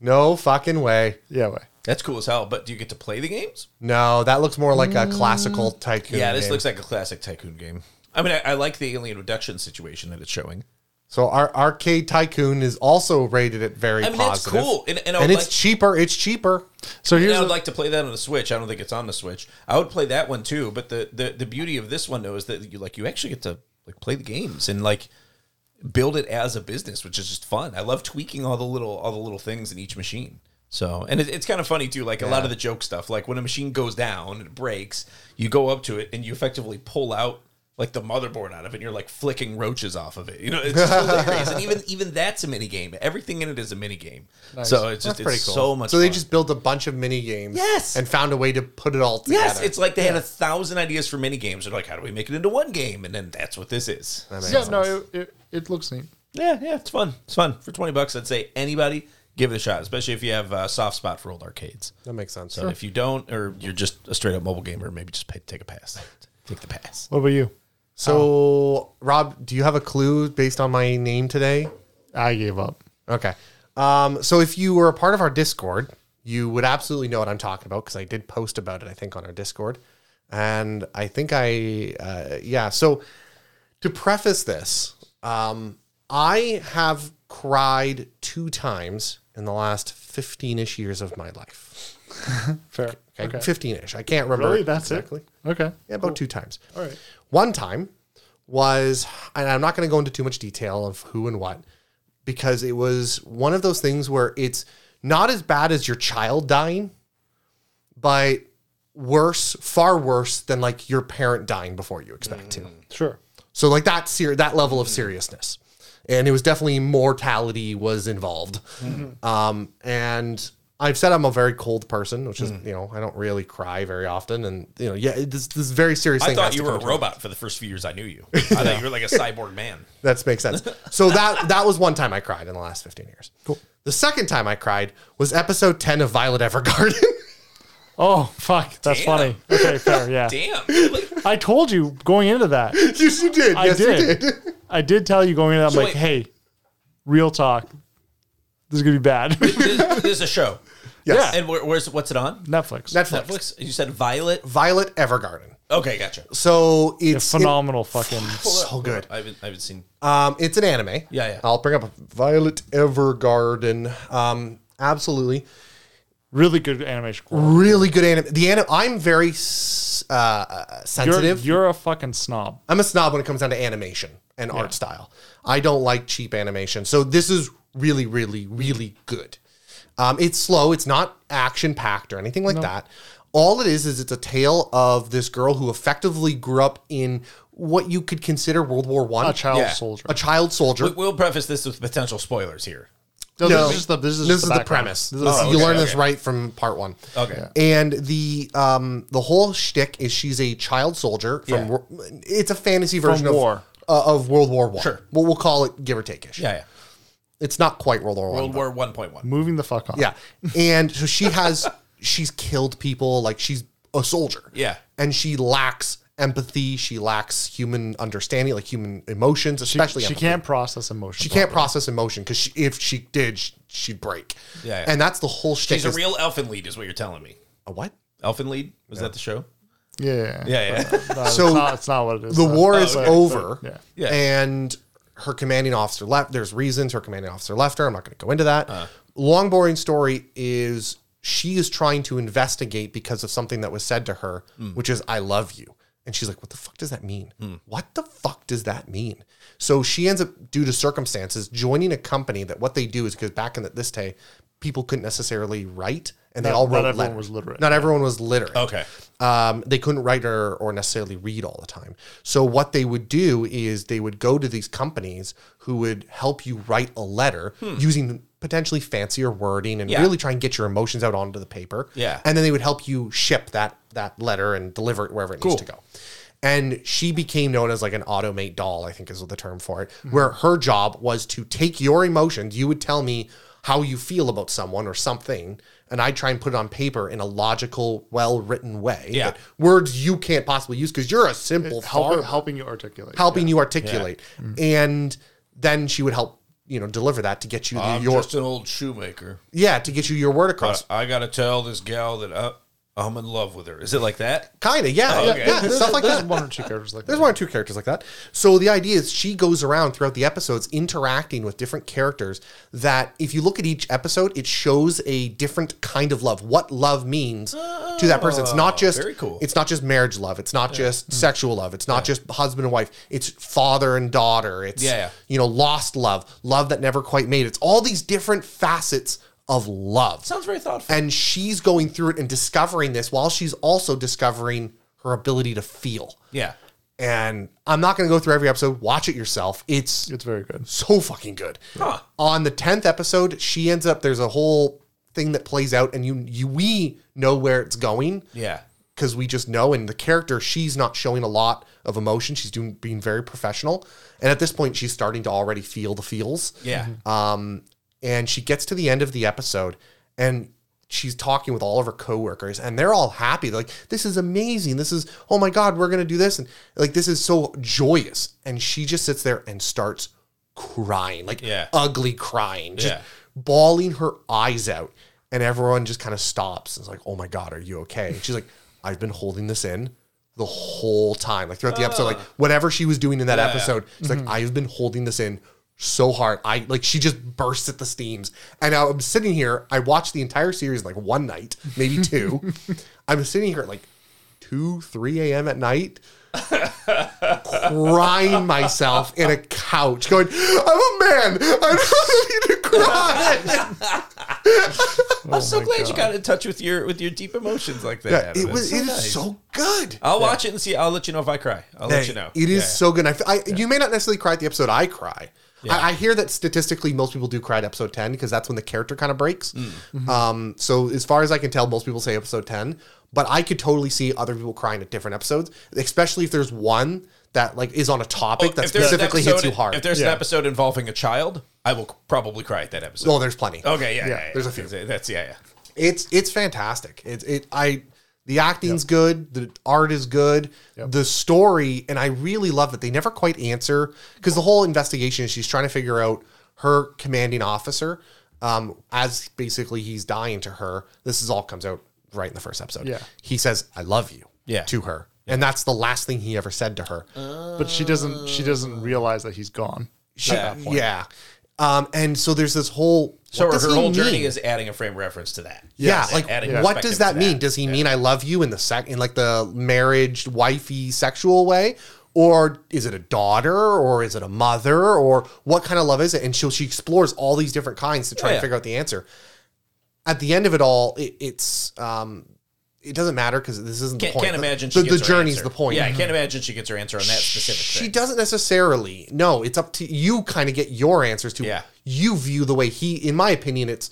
Speaker 2: No fucking way.
Speaker 1: Yeah, way.
Speaker 3: That's cool as hell. But do you get to play the games?
Speaker 2: No, that looks more like a classical tycoon.
Speaker 3: Mm. Yeah, this
Speaker 2: game.
Speaker 3: looks like a classic tycoon game. I mean, I, I like the alien reduction situation that it's showing.
Speaker 2: So our arcade tycoon is also rated at very
Speaker 3: I mean, that's
Speaker 2: positive.
Speaker 3: cool, and, and I
Speaker 2: And
Speaker 3: would
Speaker 2: it's
Speaker 3: like,
Speaker 2: cheaper. It's cheaper.
Speaker 1: So
Speaker 3: and
Speaker 1: here's
Speaker 3: I would
Speaker 1: the-
Speaker 3: like to play that on the Switch. I don't think it's on the Switch. I would play that one too. But the, the, the beauty of this one though is that you like you actually get to like play the games and like build it as a business, which is just fun. I love tweaking all the little all the little things in each machine. So and it, it's kind of funny too. Like a lot of the joke stuff, like when a machine goes down and it breaks, you go up to it and you effectively pull out like the motherboard out of it. and You're like flicking roaches off of it. You know, it's just hilarious. and even even that's a mini game. Everything in it is a mini game. So it's just it's so much.
Speaker 2: So they
Speaker 3: fun.
Speaker 2: just built a bunch of mini games.
Speaker 3: Yes.
Speaker 2: And found a way to put it all together.
Speaker 3: Yes, it's like they had a thousand ideas for mini games. They're like, how do we make it into one game? And then that's what this is.
Speaker 1: yeah, no, it, it, it looks neat.
Speaker 3: Yeah, yeah, it's fun. It's fun for twenty bucks. I'd say anybody give it a shot, especially if you have a soft spot for old arcades.
Speaker 2: that makes sense.
Speaker 3: So if you don't, or you're just a straight up mobile gamer, maybe just pay, take a pass. Take the pass.
Speaker 1: What about you?
Speaker 2: So Rob, do you have a clue based on my name today?
Speaker 1: I gave up.
Speaker 2: Okay. Um, so if you were a part of our Discord, you would absolutely know what I'm talking about because I did post about it, I think, on our Discord. And I think I, uh, yeah. So to preface this, um, I have cried two times in the last 15 ish years of my life.
Speaker 1: Fair.
Speaker 2: Okay. 15 ish. I can't remember.
Speaker 1: Really? That's it? Okay.
Speaker 2: Yeah, about two times.
Speaker 1: All right.
Speaker 2: One time was, and I'm not going to go into too much detail of who and what, because it was one of those things where it's not as bad as your child dying, but worse, far worse than like your parent dying before you expect to.
Speaker 3: Mm.
Speaker 1: Sure.
Speaker 2: So like that ser- that level of seriousness, and it was definitely mortality was involved.
Speaker 3: Mm-hmm.
Speaker 2: Um, and I've said I'm a very cold person, which
Speaker 3: Mm.
Speaker 2: is you know I don't really cry very often, and you know yeah it- this this is a very serious
Speaker 3: I
Speaker 2: thing.
Speaker 3: thought
Speaker 2: has
Speaker 3: you
Speaker 2: to
Speaker 3: were
Speaker 2: come
Speaker 3: a
Speaker 2: to-
Speaker 3: robot for the first few years I knew you. I thought you were like a cyborg man.
Speaker 2: That makes sense. So that that was one time I cried in the last 15 years. Cool. The second time I cried was episode 10 of Violet Evergarden. (laughs)
Speaker 1: Oh fuck, that's
Speaker 3: Damn.
Speaker 1: funny. Okay, fair. Yeah.
Speaker 3: (laughs) Damn, really?
Speaker 1: I told you going into that.
Speaker 2: yes, you did.
Speaker 1: I
Speaker 2: yes, you
Speaker 1: did.
Speaker 2: did.
Speaker 1: I did tell you going into that. I'm
Speaker 3: So
Speaker 1: like,
Speaker 3: wait-
Speaker 1: hey, real talk. This is gonna be bad. (laughs)
Speaker 3: this, this is a show.
Speaker 2: Yes.
Speaker 3: And where, where's what's it on?
Speaker 1: Netflix.
Speaker 2: Netflix.
Speaker 3: Netflix. You said Violet.
Speaker 2: Violet Evergarden.
Speaker 3: Okay, gotcha.
Speaker 2: So it's
Speaker 1: Phenomenal fucking.
Speaker 2: It's so good.
Speaker 3: I haven't, I haven't seen.
Speaker 2: Um, it's an anime.
Speaker 3: Yeah, yeah.
Speaker 2: I'll bring up Violet Evergarden. Um, absolutely,
Speaker 1: Really good animation. quality.
Speaker 2: really good anime. The anime. I'm very s- uh, uh,
Speaker 1: You're,
Speaker 2: sensitive.
Speaker 1: you're a fucking snob.
Speaker 2: I'm a snob when it comes down to animation and art style. I don't like cheap animation. So this is really, really, really good. Um, it's slow. It's not action packed or anything like that. All it is is it's a tale of this girl who effectively grew up in what you could consider World War One,
Speaker 1: A child
Speaker 3: Yeah.
Speaker 1: soldier.
Speaker 2: a child soldier.
Speaker 3: We'll preface this with potential spoilers here.
Speaker 1: No,
Speaker 2: No.
Speaker 1: this is the this is,
Speaker 2: this
Speaker 1: just
Speaker 2: is the
Speaker 1: background.
Speaker 2: premise.
Speaker 1: This is-
Speaker 2: This-
Speaker 3: Oh,
Speaker 2: you
Speaker 3: okay,
Speaker 2: learn this
Speaker 3: okay.
Speaker 2: right from part one.
Speaker 3: Okay.
Speaker 2: And the um the whole shtick is she's a child soldier from
Speaker 3: Yeah.
Speaker 2: wor- it's a fantasy version of
Speaker 1: war.
Speaker 2: uh, of World War One.
Speaker 3: Sure.
Speaker 2: Well, we'll call it give or take ish.
Speaker 3: Yeah, yeah.
Speaker 2: It's not quite World War One.
Speaker 3: World War One Point One.
Speaker 1: moving the fuck on.
Speaker 2: Yeah. And so she has (laughs) she's killed people like she's a soldier.
Speaker 3: Yeah.
Speaker 2: And she lacks empathy. She lacks human understanding, like human emotions, especially
Speaker 1: she
Speaker 2: empathy.
Speaker 1: can't process emotion.
Speaker 2: She can't process emotion because she, if she did, she, she'd break.
Speaker 3: Yeah, yeah.
Speaker 2: And that's the whole shtick.
Speaker 3: She's a
Speaker 2: is-
Speaker 3: real elfin lead, is what you're telling me.
Speaker 2: a what?
Speaker 3: Elfin lead was that the show?
Speaker 1: Yeah,
Speaker 3: Yeah, yeah.
Speaker 1: No,
Speaker 2: So,
Speaker 1: it's not, it's not what it is.
Speaker 2: The
Speaker 1: though.
Speaker 2: war is
Speaker 1: Oh,
Speaker 2: over.
Speaker 1: Yeah.
Speaker 3: Yeah.
Speaker 2: And her commanding officer left. There's reasons her commanding officer left her. I'm not going to go into that.
Speaker 1: Uh.
Speaker 2: Long boring story is she is trying to investigate because of something that was said to her,
Speaker 1: Hmm.
Speaker 2: which is "I love you," and she's like, "What the fuck does that mean? What the fuck does that mean?" So she ends up, due to circumstances, joining a company that what they do is because back in the, this day, people couldn't necessarily write, and they
Speaker 1: Not-
Speaker 2: all
Speaker 1: not
Speaker 2: wrote
Speaker 1: everyone
Speaker 2: letters.
Speaker 1: was literate.
Speaker 2: Not everyone was literate
Speaker 3: okay.
Speaker 2: um, they couldn't write or, or necessarily read all the time. So what they would do is they would go to these companies who would help you write a letter using potentially fancier wording and
Speaker 3: Hmm. Yeah.
Speaker 2: really try and get your emotions out onto the paper.
Speaker 3: Yeah.
Speaker 2: And then they would help you ship that that letter and deliver it wherever it needs to go. And she became known as like an automate doll, I think is the term for it, where her job was to take your emotions. You would tell me how you feel about someone or something, and I'd try and put it on paper in a logical, well written way.
Speaker 3: Yeah.
Speaker 2: that words you can't possibly use because you're a simple
Speaker 1: Help,
Speaker 2: farmer
Speaker 1: helping you articulate.
Speaker 4: Mm-hmm.
Speaker 2: helping you articulate. And then she would help you know deliver that to get you the-
Speaker 4: I'm
Speaker 2: your
Speaker 4: just an old shoemaker.
Speaker 2: yeah to get you your word across.
Speaker 4: But I gotta tell this gal that I, I'm in love with her. Is it like that?
Speaker 2: Kind of yeah,
Speaker 4: Oh, okay.
Speaker 2: yeah, stuff like
Speaker 1: There's
Speaker 2: that.
Speaker 1: one or two characters like
Speaker 2: There's
Speaker 1: that.
Speaker 2: one or two characters like that. So the idea is she goes around throughout the episodes interacting with different characters that if you look at each episode, it shows a different kind of love. What love means to that person. It's not just
Speaker 3: Oh, very cool. Hmm.
Speaker 2: it's not just marriage love. It's not just sexual love. It's not just husband and wife. It's father and daughter. It's
Speaker 3: Yeah, yeah.
Speaker 2: you know, lost love, love that never quite made. it. It's all these different facets of love.
Speaker 3: Sounds very thoughtful.
Speaker 2: and she's going through it and discovering this while she's also discovering her ability to feel
Speaker 3: yeah.
Speaker 2: and I'm not going to go through every episode. Watch it yourself. It's
Speaker 1: It's very good.
Speaker 2: so fucking good. On the tenth episode, she ends up. There's a whole thing that plays out, and you, you we know where it's going
Speaker 3: Yeah.
Speaker 2: because we just know. And the character, she's not showing a lot of emotion. She's doing being very professional, and at this point, she's starting to already feel the feels.
Speaker 3: Yeah.
Speaker 2: Um, and she gets to the end of the episode and she's talking with all of her coworkers and they're all happy. They're like, this is amazing. This is, oh my God, we're going to do this. And like, this is so joyous. And she just sits there and starts crying, like
Speaker 3: Yeah.
Speaker 2: ugly crying, just
Speaker 3: Yeah.
Speaker 2: bawling her eyes out. And everyone just kind of stops and is like, oh my God, are you okay? And she's like, I've been holding this in the whole time. Like throughout the episode, like whatever she was doing in that episode, she's like, I've been holding this in so hard. I like she just bursts at the steams. And now I'm sitting here, I watched the entire series in, like one night, maybe two. I'm sitting here at like two, three AM at night crying myself in a couch, going, I'm a man. I don't need to cry.
Speaker 3: I'm so glad you got in touch with your with your deep emotions like that. Adam.
Speaker 2: uh, it
Speaker 3: That's
Speaker 2: was
Speaker 3: so
Speaker 2: it is
Speaker 3: nice.
Speaker 2: so good.
Speaker 3: I'll watch it and see. I'll let you know if I cry. I'll let you know.
Speaker 2: It is
Speaker 3: Yeah.
Speaker 2: so good. I, f- I- You may not necessarily cry at the episode I cry. I, I hear that statistically most people do cry at episode 10 because that's when the character kind of breaks.
Speaker 3: Mm.
Speaker 2: Um, so as far as I can tell, most people say episode 10, but I could totally see other people crying at different episodes, especially if there's one that like is on a topic that
Speaker 3: If there's an
Speaker 2: specifically hits
Speaker 3: episode-
Speaker 2: you hard.
Speaker 3: If there's
Speaker 1: Yeah.
Speaker 3: an episode involving a child, I will c- probably cry at that episode.
Speaker 2: oh, there's plenty.
Speaker 3: okay, yeah, yeah, yeah.
Speaker 2: there's a few.
Speaker 3: That's yeah, yeah.
Speaker 2: It's it's fantastic. It's it I the acting's good, the art is good, the story, and I really love that they never quite answer because the whole investigation is she's trying to figure out her commanding officer. Um, as basically he's dying to her. This is all comes out right in the first episode.
Speaker 1: Yeah.
Speaker 2: He says, I love you
Speaker 3: Yeah. Uh,
Speaker 2: to her. And that's the last thing he ever said to her.
Speaker 1: But she doesn't she doesn't realize that he's gone.
Speaker 2: She- yeah. Um, and so there's this whole
Speaker 3: So
Speaker 2: what
Speaker 3: her
Speaker 2: does he
Speaker 3: whole
Speaker 2: mean?
Speaker 3: journey is adding a frame reference to that.
Speaker 2: Yeah,
Speaker 3: Yes.
Speaker 2: like
Speaker 3: Adding
Speaker 2: what
Speaker 3: perspective
Speaker 2: does that
Speaker 3: to
Speaker 2: mean? Does he mean I love you in the sec in like the marriage wifey sexual way? Or is it a daughter or is it a mother? Or what kind of love is it? And she she explores all these different kinds to try and
Speaker 3: Yeah, yeah.
Speaker 2: figure out the answer. At the end of it all, it, it's um it doesn't matter because this isn't
Speaker 3: can't,
Speaker 2: the point.
Speaker 3: can't
Speaker 2: The-
Speaker 3: imagine
Speaker 2: the,
Speaker 3: she
Speaker 2: the,
Speaker 3: gets her
Speaker 2: journey's
Speaker 3: answer.
Speaker 2: the point. Mm-hmm.
Speaker 3: Yeah, I can't imagine she gets her answer on that specific
Speaker 2: She
Speaker 3: thing.
Speaker 2: doesn't necessarily. No, it's up to you. Kind of get your answers to.
Speaker 3: Yeah.
Speaker 2: You view the way he. In my opinion, it's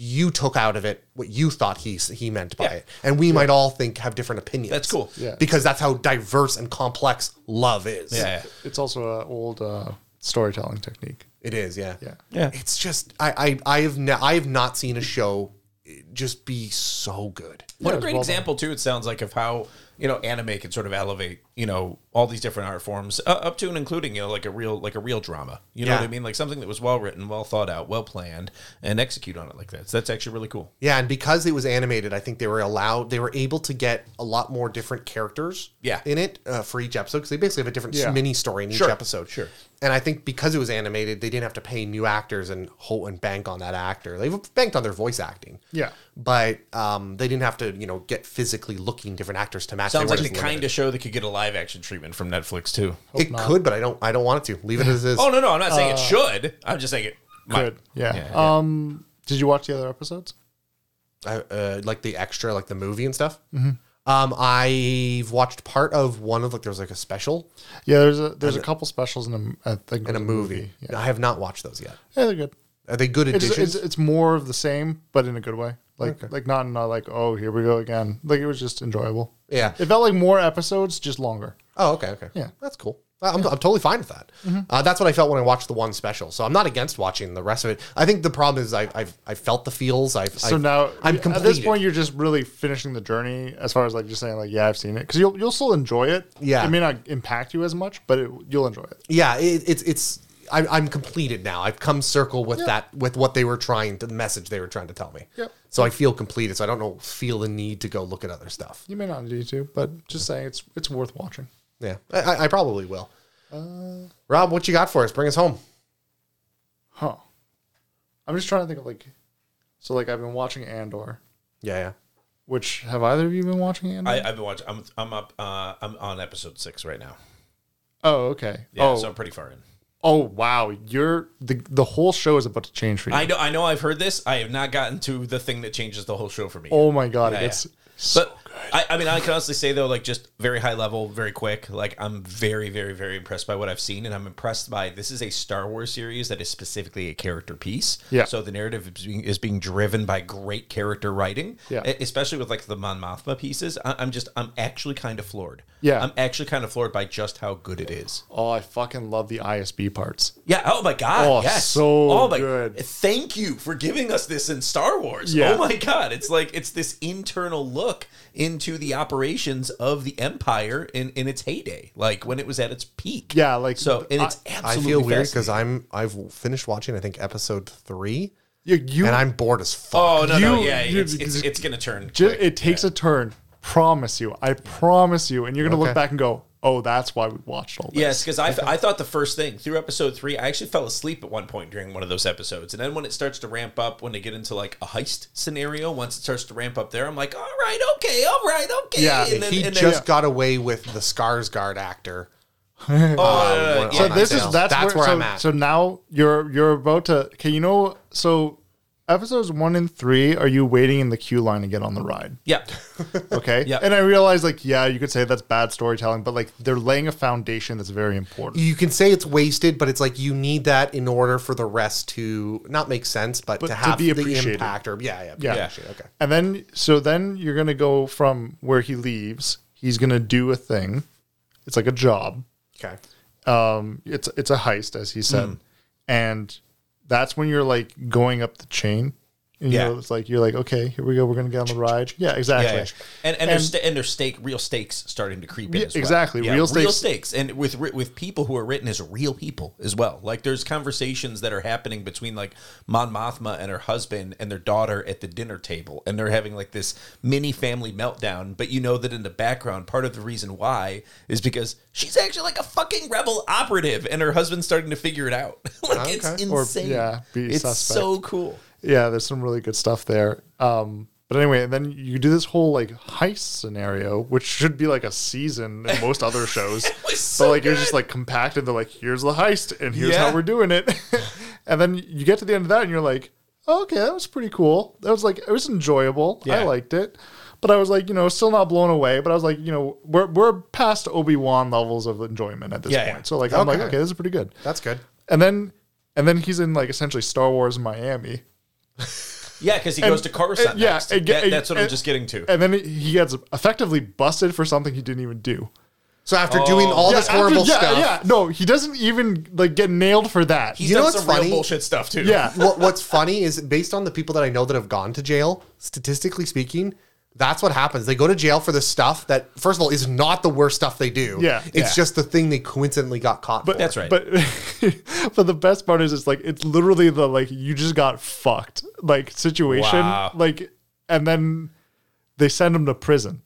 Speaker 2: you took out of it what you thought he he meant by
Speaker 3: Yeah.
Speaker 2: it, and we might all think have different opinions.
Speaker 3: That's cool.
Speaker 1: Yeah.
Speaker 2: Because that's how diverse and complex love is.
Speaker 3: Yeah,
Speaker 1: It's also an old uh, storytelling technique.
Speaker 2: It is. Yeah.
Speaker 1: Yeah.
Speaker 3: yeah.
Speaker 2: It's just I I I have ne- I have not seen a show just be so good.
Speaker 3: What
Speaker 1: Yeah,
Speaker 3: a
Speaker 1: it's
Speaker 3: great
Speaker 1: well done.
Speaker 3: example too. It sounds like of how you know anime can sort of elevate you know all these different art forms uh, up to and including you know like a real like a real drama. You know
Speaker 2: Yeah.
Speaker 3: what I mean? Like something that was well written, well thought out, well planned, and execute on it like that. So that's actually really cool.
Speaker 2: Yeah, and because it was animated, I think they were allowed, they were able to get a lot more different characters
Speaker 3: Yeah.
Speaker 2: in it uh, for each episode because they basically have a different
Speaker 1: Yeah.
Speaker 2: mini story in
Speaker 3: Sure,
Speaker 2: each episode.
Speaker 3: sure.
Speaker 2: And I think because it was animated, they didn't have to pay new actors and ho- and bank on that actor. They banked on their voice acting.
Speaker 1: Yeah.
Speaker 2: But um, they didn't have to, you know, get physically looking different actors to match.
Speaker 3: Sounds
Speaker 2: They were
Speaker 3: like the
Speaker 2: just
Speaker 3: kind
Speaker 2: limited.
Speaker 3: of show that could get a live action treatment from Netflix too.
Speaker 2: it could, but I don't. I don't want it to. Leave it
Speaker 3: (laughs)
Speaker 2: as is.
Speaker 3: Oh no, no, I'm not
Speaker 2: Uh,
Speaker 3: saying it should. I'm just saying it. might.
Speaker 1: Good. Yeah.
Speaker 3: Yeah,
Speaker 1: Um did you watch the other episodes?
Speaker 2: I, uh, like the extra, like the movie and stuff.
Speaker 3: Mm-hmm.
Speaker 2: Um, I've watched part of one of like there was like a special
Speaker 1: Yeah, there's a there's a couple specials in a I think it
Speaker 2: and
Speaker 1: was
Speaker 2: a movie.
Speaker 1: Yeah.
Speaker 2: I have not watched those yet.
Speaker 1: yeah, they're good.
Speaker 2: Are they good
Speaker 1: It's,
Speaker 2: additions?
Speaker 1: it's it's more of the same, but in a good way. Like like not in a like oh here we go again. Like it was just enjoyable.
Speaker 2: Yeah.
Speaker 1: It felt like more episodes, just longer.
Speaker 2: oh, okay, okay.
Speaker 1: Yeah. Mm-hmm.
Speaker 2: that's cool. I'm, I'm totally fine with that. Uh, that's what I felt when I watched the one special. So I'm not against watching the rest of it. I think the problem is I, I've I've felt the feels. I've
Speaker 1: So
Speaker 2: I've,
Speaker 1: now
Speaker 2: I'm
Speaker 1: at
Speaker 2: completed.
Speaker 1: this point you're just really finishing the journey as far as like just saying like yeah I've seen it because you'll you'll still enjoy it.
Speaker 2: Yeah.
Speaker 1: it may not impact you as much, but it, you'll enjoy it.
Speaker 2: yeah, it, it's it's I, I'm completed now. I've come circle with that with what they were trying to the message they were trying to tell me.
Speaker 1: Yep.
Speaker 2: So I feel completed. So I don't know feel the need to go look at other stuff.
Speaker 1: You may not need to, but just saying it's it's worth watching.
Speaker 2: Yeah, I- I, I probably will.
Speaker 1: Uh,
Speaker 2: Rob, what you got for us? Bring us home.
Speaker 1: Huh. I'm just trying to think of like so like I've been watching Andor,
Speaker 2: Yeah, yeah.
Speaker 1: which have either of you been watching Andor?
Speaker 4: I, I've been watching. I'm I'm up. Uh, I'm on episode six right now.
Speaker 1: oh, okay.
Speaker 4: Yeah,
Speaker 1: oh,
Speaker 4: so I'm pretty far in.
Speaker 1: oh wow. You're the the whole show is about to change for you.
Speaker 3: I know, I know, I've heard this. I have not gotten to the thing that changes the whole show for me.
Speaker 1: oh my god,
Speaker 3: Yeah,
Speaker 1: it
Speaker 3: yeah.
Speaker 1: gets so
Speaker 3: but I, I mean, I can honestly say though, like just very high level, very quick. Like I'm very, very, very impressed by what I've seen, and I'm impressed by this is a Star Wars series that is specifically a character piece.
Speaker 1: Yeah.
Speaker 3: So the narrative is being is being driven by great character writing.
Speaker 1: Yeah.
Speaker 3: e- Especially with like the Mon Mothma pieces, I, I'm just I'm actually kind of floored.
Speaker 1: Yeah.
Speaker 3: I'm actually kind of floored by just how good it is.
Speaker 1: Oh, I fucking love the ISB parts.
Speaker 3: Yeah. Oh my God.
Speaker 1: Oh,
Speaker 3: yes.
Speaker 1: so
Speaker 3: oh my,
Speaker 1: good.
Speaker 3: Thank you for giving us this in Star Wars.
Speaker 1: Yeah.
Speaker 3: Oh my God. It's like it's this internal look into the operations of the Empire in in its heyday, like when it was at its peak.
Speaker 1: Yeah, like
Speaker 3: So and it's
Speaker 2: I
Speaker 3: absolutely.
Speaker 2: feel weird because
Speaker 3: fascinating.
Speaker 2: I'm I've finished watching I think episode three,
Speaker 1: you, you
Speaker 2: and I'm bored as fuck.
Speaker 3: Oh no no
Speaker 1: You-
Speaker 3: yeah
Speaker 1: you-
Speaker 3: it's, it's it's gonna turn.
Speaker 1: ju- it takes a turn. Promise you. I promise you. And you're gonna
Speaker 2: Okay.
Speaker 1: look back and go, Oh, that's why we watched all this.
Speaker 3: Yes, because I, I thought the first thing through episode three, I actually fell asleep at one point during one of those episodes. And then when it starts to ramp up, when they get into like a heist scenario, once it starts to ramp up there, I'm like, all right, okay, all right, okay.
Speaker 1: Yeah,
Speaker 3: and then,
Speaker 2: he
Speaker 3: and then,
Speaker 2: just got away with the Skarsgård actor.
Speaker 3: oh,
Speaker 2: on-
Speaker 3: yeah.
Speaker 1: So
Speaker 2: on
Speaker 1: this
Speaker 2: Night
Speaker 1: is
Speaker 2: Vale.
Speaker 1: that's, where, so,
Speaker 2: I'm at.
Speaker 1: So now you're you're about to okay, you know so episodes one and three are you waiting in the queue line to get on the ride. (laughs)
Speaker 3: Yeah.
Speaker 1: Okay.
Speaker 3: Yeah.
Speaker 1: And I realize like, yeah, you could say that's bad storytelling, but like they're laying a foundation that's very important.
Speaker 2: you can say it's wasted, but it's like you need that in order for the rest to not make sense, but,
Speaker 1: to
Speaker 2: to have
Speaker 1: be
Speaker 2: the
Speaker 1: appreciated.
Speaker 2: impact. Or yeah, yeah, be
Speaker 1: Yeah.
Speaker 2: appreciated, Okay.
Speaker 1: And then so then you're gonna go from where he leaves, he's gonna do a thing. It's like a job.
Speaker 2: Okay.
Speaker 1: um, it's it's a heist, as he
Speaker 3: Hmm.
Speaker 1: said, and that's when you're like going up the chain. And, you
Speaker 3: Yeah.
Speaker 1: know, it's like you're like, okay, here we go, we're gonna get on the ride. Yeah,
Speaker 3: Yeah,
Speaker 1: exactly.
Speaker 3: yeah. And and, there's sta- and there's stake real stakes starting to creep in
Speaker 1: Yeah,
Speaker 3: as well.
Speaker 1: exactly. Real
Speaker 3: real
Speaker 1: stakes-
Speaker 3: stakes and with ri- with people who are written as real people as well. Like there's conversations that are happening between like Mon Mothma and her husband and their daughter at the dinner table and they're having like this mini family meltdown, but you know that in the background part of the reason why is because she's actually like a fucking rebel operative and her husband's starting to figure it out. (laughs) like it's
Speaker 2: Okay.
Speaker 1: Or,
Speaker 3: insane.
Speaker 1: yeah, be
Speaker 3: it's
Speaker 1: suspect.
Speaker 3: so cool.
Speaker 1: Yeah, there's some really good stuff there. Um, but anyway, and then you do this whole like heist scenario, which should be like a season
Speaker 3: (laughs)
Speaker 1: in most other shows.
Speaker 3: was
Speaker 1: but
Speaker 3: so
Speaker 1: like you're just
Speaker 3: good.
Speaker 1: like compacted. They're like, here's the heist, and here's
Speaker 3: Yeah.
Speaker 1: how we're doing
Speaker 3: (laughs)
Speaker 1: it. and then you get to the end of that, and you're like, okay, that was pretty cool. That was like it was enjoyable. I
Speaker 3: Yeah.
Speaker 1: liked it. But I was like, you know, still not blown away. But I was like, you know, we're we're past Obi Wan levels of enjoyment at this
Speaker 3: Yeah,
Speaker 1: point.
Speaker 3: yeah.
Speaker 1: So like, I'm like,
Speaker 2: Okay.
Speaker 1: okay, this is pretty good.
Speaker 2: That's good.
Speaker 1: And then and then he's in like essentially Star Wars Miami.
Speaker 3: Yeah, because he goes to Coruscant.
Speaker 1: yeah,
Speaker 3: next.
Speaker 1: and get-
Speaker 3: That- that's what I'm
Speaker 1: and-
Speaker 3: just getting to.
Speaker 1: and then he gets effectively busted for something he didn't even do.
Speaker 2: So after doing all this
Speaker 1: after-
Speaker 2: horrible
Speaker 1: Oh. yeah,
Speaker 2: stuff,
Speaker 1: Yeah, no, he doesn't even like get nailed for that.
Speaker 3: He's
Speaker 2: You know
Speaker 3: done
Speaker 2: what's
Speaker 3: some
Speaker 2: funny?
Speaker 3: real bullshit stuff too.
Speaker 1: yeah,
Speaker 2: what, what's funny is based on the people that I know that have gone to jail, statistically speaking, that's what happens. They go to jail for the stuff that, first of all, is not the worst stuff they do.
Speaker 1: Yeah.
Speaker 2: It's
Speaker 1: Yeah.
Speaker 2: just the thing they coincidentally got caught for.
Speaker 3: That's right.
Speaker 1: but (laughs) but the best part is it's like it's literally the like you just got fucked like situation
Speaker 4: Wow.
Speaker 1: like and then they send him to prison,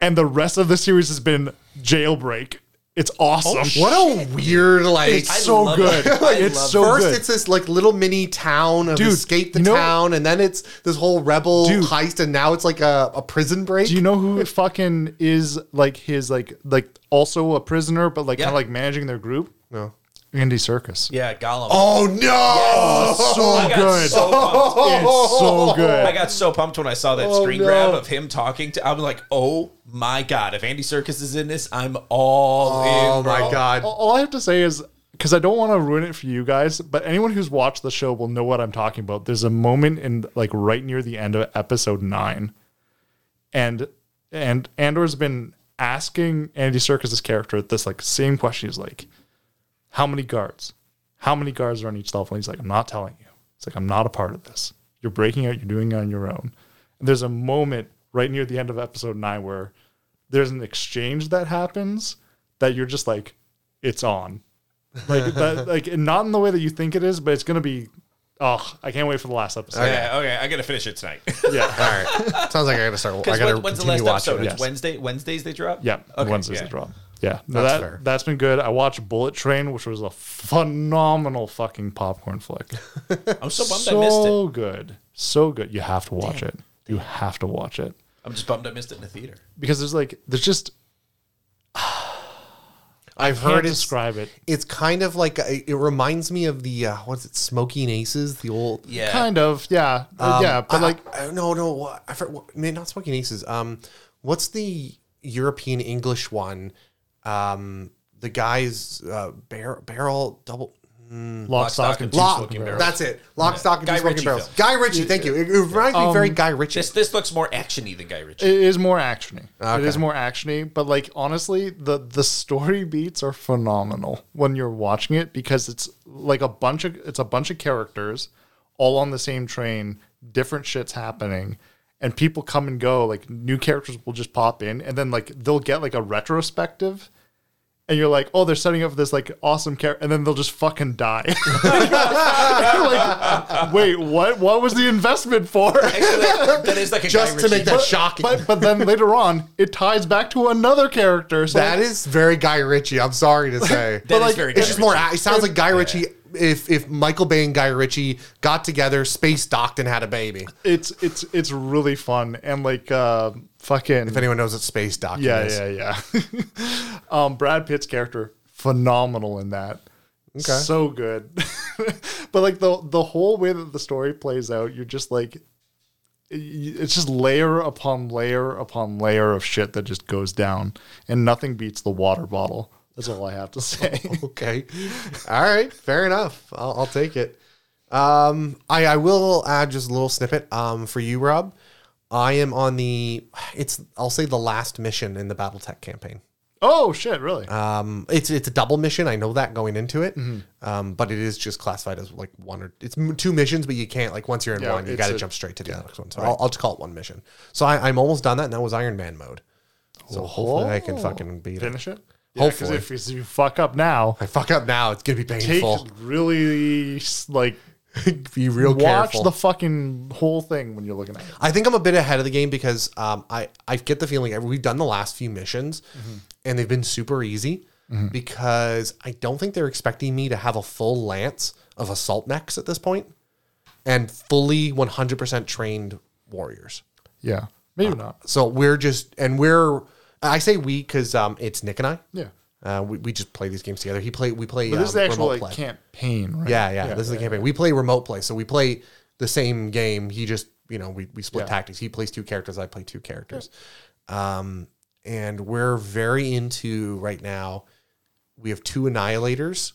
Speaker 1: and the rest of the series has been jailbreak. It's awesome.
Speaker 2: What a weird, like,
Speaker 1: It's so
Speaker 3: love it.
Speaker 1: good. (laughs)
Speaker 3: I
Speaker 1: it's
Speaker 3: love
Speaker 1: so
Speaker 2: First,
Speaker 1: good.
Speaker 2: it's this like little mini town of
Speaker 1: Dude,
Speaker 2: escape the
Speaker 1: you know-
Speaker 2: town, and then it's this whole rebel
Speaker 1: Dude.
Speaker 2: heist, and now it's like a, a prison break.
Speaker 1: Do you know who (laughs) fucking is like his like like also a prisoner, but like
Speaker 3: Yeah.
Speaker 1: kind of like managing their group?
Speaker 2: no.
Speaker 1: Andy Circus.
Speaker 3: Yeah, Gollum.
Speaker 2: Oh no! Oh,
Speaker 1: so
Speaker 3: I got
Speaker 1: good.
Speaker 3: so pumped.
Speaker 1: it's so
Speaker 3: I
Speaker 1: good.
Speaker 3: got so pumped when I saw that screen
Speaker 2: Oh, no.
Speaker 3: grab of him talking to. I'm like, oh my god! If Andy Circus is in this, I'm all in.
Speaker 2: Oh
Speaker 3: bro.
Speaker 2: my god!
Speaker 1: All all I have to say is because I don't want to ruin it for you guys, but anyone who's watched the show will know what I'm talking about. There's a moment in like right near the end of episode nine, and and Andor's been asking Andy Circus's character this like same question. He's like, "How many guards? How many guards are on each level?" And he's like, "I'm not telling you." It's like I'm not a part of this. You're breaking out. You're doing it on your own. And there's a moment right near the end of episode nine where there's an exchange that happens that you're just like, it's on. Like that, like and not in the way that you think it is, but it's gonna be. Oh, I can't wait for the last episode.
Speaker 4: Yeah, okay. I gotta finish it tonight.
Speaker 3: (laughs)
Speaker 1: Yeah,
Speaker 2: All right. Sounds like I gotta start. I
Speaker 3: Because
Speaker 2: gotta
Speaker 3: when- when's the last
Speaker 2: continue watching.
Speaker 3: episode? It's
Speaker 1: yes.
Speaker 3: Wednesday. Wednesdays they drop.
Speaker 1: yeah. Wednesday's
Speaker 4: yeah.
Speaker 1: the drop. Yeah, no,
Speaker 2: That's
Speaker 1: that
Speaker 2: fair.
Speaker 1: that's been good. I watched Bullet Train, which was a phenomenal fucking popcorn flick.
Speaker 3: I'm so bummed I missed it.
Speaker 1: so good, so good. You have to watch it. You have to watch it.
Speaker 3: I'm just bummed I missed it in the theater.
Speaker 1: because there's like there's just can't
Speaker 2: I've heard it's
Speaker 1: describe it.
Speaker 2: it's kind of like it it reminds me of the uh, what's it Smoking Aces the old
Speaker 3: Yeah.
Speaker 1: Kind of, yeah, Uh, yeah. But like,
Speaker 2: I, I, no no what- I forgot, what- I mean, not Smoking Aces um what's the European English one um the guy's uh, bar- barrel double
Speaker 1: lock, stock, and two
Speaker 3: Lock-
Speaker 1: smoking barrels.
Speaker 2: that's it lock stock and
Speaker 3: Guy
Speaker 2: Two smoking
Speaker 3: Ritchie
Speaker 2: barrels
Speaker 3: film.
Speaker 2: Guy Ritchie thank you it, it reminds
Speaker 1: Um,
Speaker 2: me very Guy Ritchie
Speaker 3: This this looks more actiony than Guy Ritchie.
Speaker 1: It is more actiony.
Speaker 2: Okay.
Speaker 1: It is more actiony, but like honestly, the the story beats are phenomenal when you're watching it because it's like a bunch of it's a bunch of characters all on the same train, different shits happening, and people come and go. Like new characters will just pop in, and then like they'll get like a retrospective. And you're like, oh, they're setting up this like awesome character, and then they'll just fucking die. (laughs) You're like, wait, what? What was the investment for?
Speaker 3: that that is like
Speaker 2: (laughs)
Speaker 3: a
Speaker 2: just
Speaker 3: Guy
Speaker 2: to make
Speaker 3: Ritchie-
Speaker 2: that shocking
Speaker 1: But but then later on, it ties back to another character. So
Speaker 2: That is very Guy Ritchie. I'm sorry to say.
Speaker 3: (laughs) That
Speaker 2: but
Speaker 3: is
Speaker 2: like,
Speaker 3: very
Speaker 2: it's
Speaker 3: Guy
Speaker 2: just more. It sounds like Guy Ritchie. If if Michael Bay and Guy Ritchie got together, space docked, and had a baby.
Speaker 1: it's it's it's really fun and like uh, fucking
Speaker 2: If anyone knows what space docking
Speaker 1: yeah
Speaker 2: is,
Speaker 1: yeah yeah. (laughs) um, Brad Pitt's character phenomenal in that.
Speaker 2: Okay.
Speaker 1: So good, (laughs) but like the the whole way that the story plays out, you're just like, y- it's just layer upon layer upon layer of shit that just goes down, and nothing beats the water bottle. That's all I have to (laughs) say.
Speaker 2: okay, all right, fair enough. I'll, I'll take it. Um, I I will add just a little snippet. Um, for you, Rob, I am on the. It's I'll say the last mission in the BattleTech campaign.
Speaker 1: oh shit! Really?
Speaker 2: Um, it's it's a double mission. I know that going into it,
Speaker 1: Mm-hmm.
Speaker 2: um, but it is just classified as like one or it's m- two missions. But you can't like once you're in
Speaker 1: Yeah,
Speaker 2: one, you
Speaker 1: it's
Speaker 2: got to
Speaker 1: a-
Speaker 2: jump straight to the next one. So I'll, I'll just call it one mission. So I, I'm almost done that, and that was Iron Man mode. So hopefully I can
Speaker 1: Oh.
Speaker 2: fucking beat
Speaker 1: finish
Speaker 2: it.
Speaker 1: it. Yeah, 'cause
Speaker 2: Hopefully.
Speaker 1: if, if you fuck up now,
Speaker 2: I fuck up now. It's gonna be
Speaker 1: take
Speaker 2: painful.
Speaker 1: really s- like
Speaker 2: (laughs) be real
Speaker 1: watch
Speaker 2: careful.
Speaker 1: the fucking whole thing when you're looking at it.
Speaker 2: I think I'm a bit ahead of the game because um, I I get the feeling every- we've done the last few missions,
Speaker 1: Mm-hmm.
Speaker 2: and they've been super easy because I don't think they're expecting me to have a full lance of assault mechs at this point, and fully 100% trained warriors.
Speaker 1: Yeah,
Speaker 2: Uh,
Speaker 1: maybe not.
Speaker 2: So we're just and we're I say we because um, it's Nick and I.
Speaker 1: Yeah,
Speaker 2: Uh, we, we just play these games together. He play we play.
Speaker 1: but this is
Speaker 2: um,
Speaker 1: the actual
Speaker 2: remote
Speaker 1: like
Speaker 2: play.
Speaker 1: campaign, right?
Speaker 2: Yeah, yeah. this is the campaign. We play remote play, so we play the same game. He just, you know, we, we split
Speaker 1: Yeah.
Speaker 2: tactics. He plays two characters. I play two characters. Um, and we're very into right now. We have two annihilators,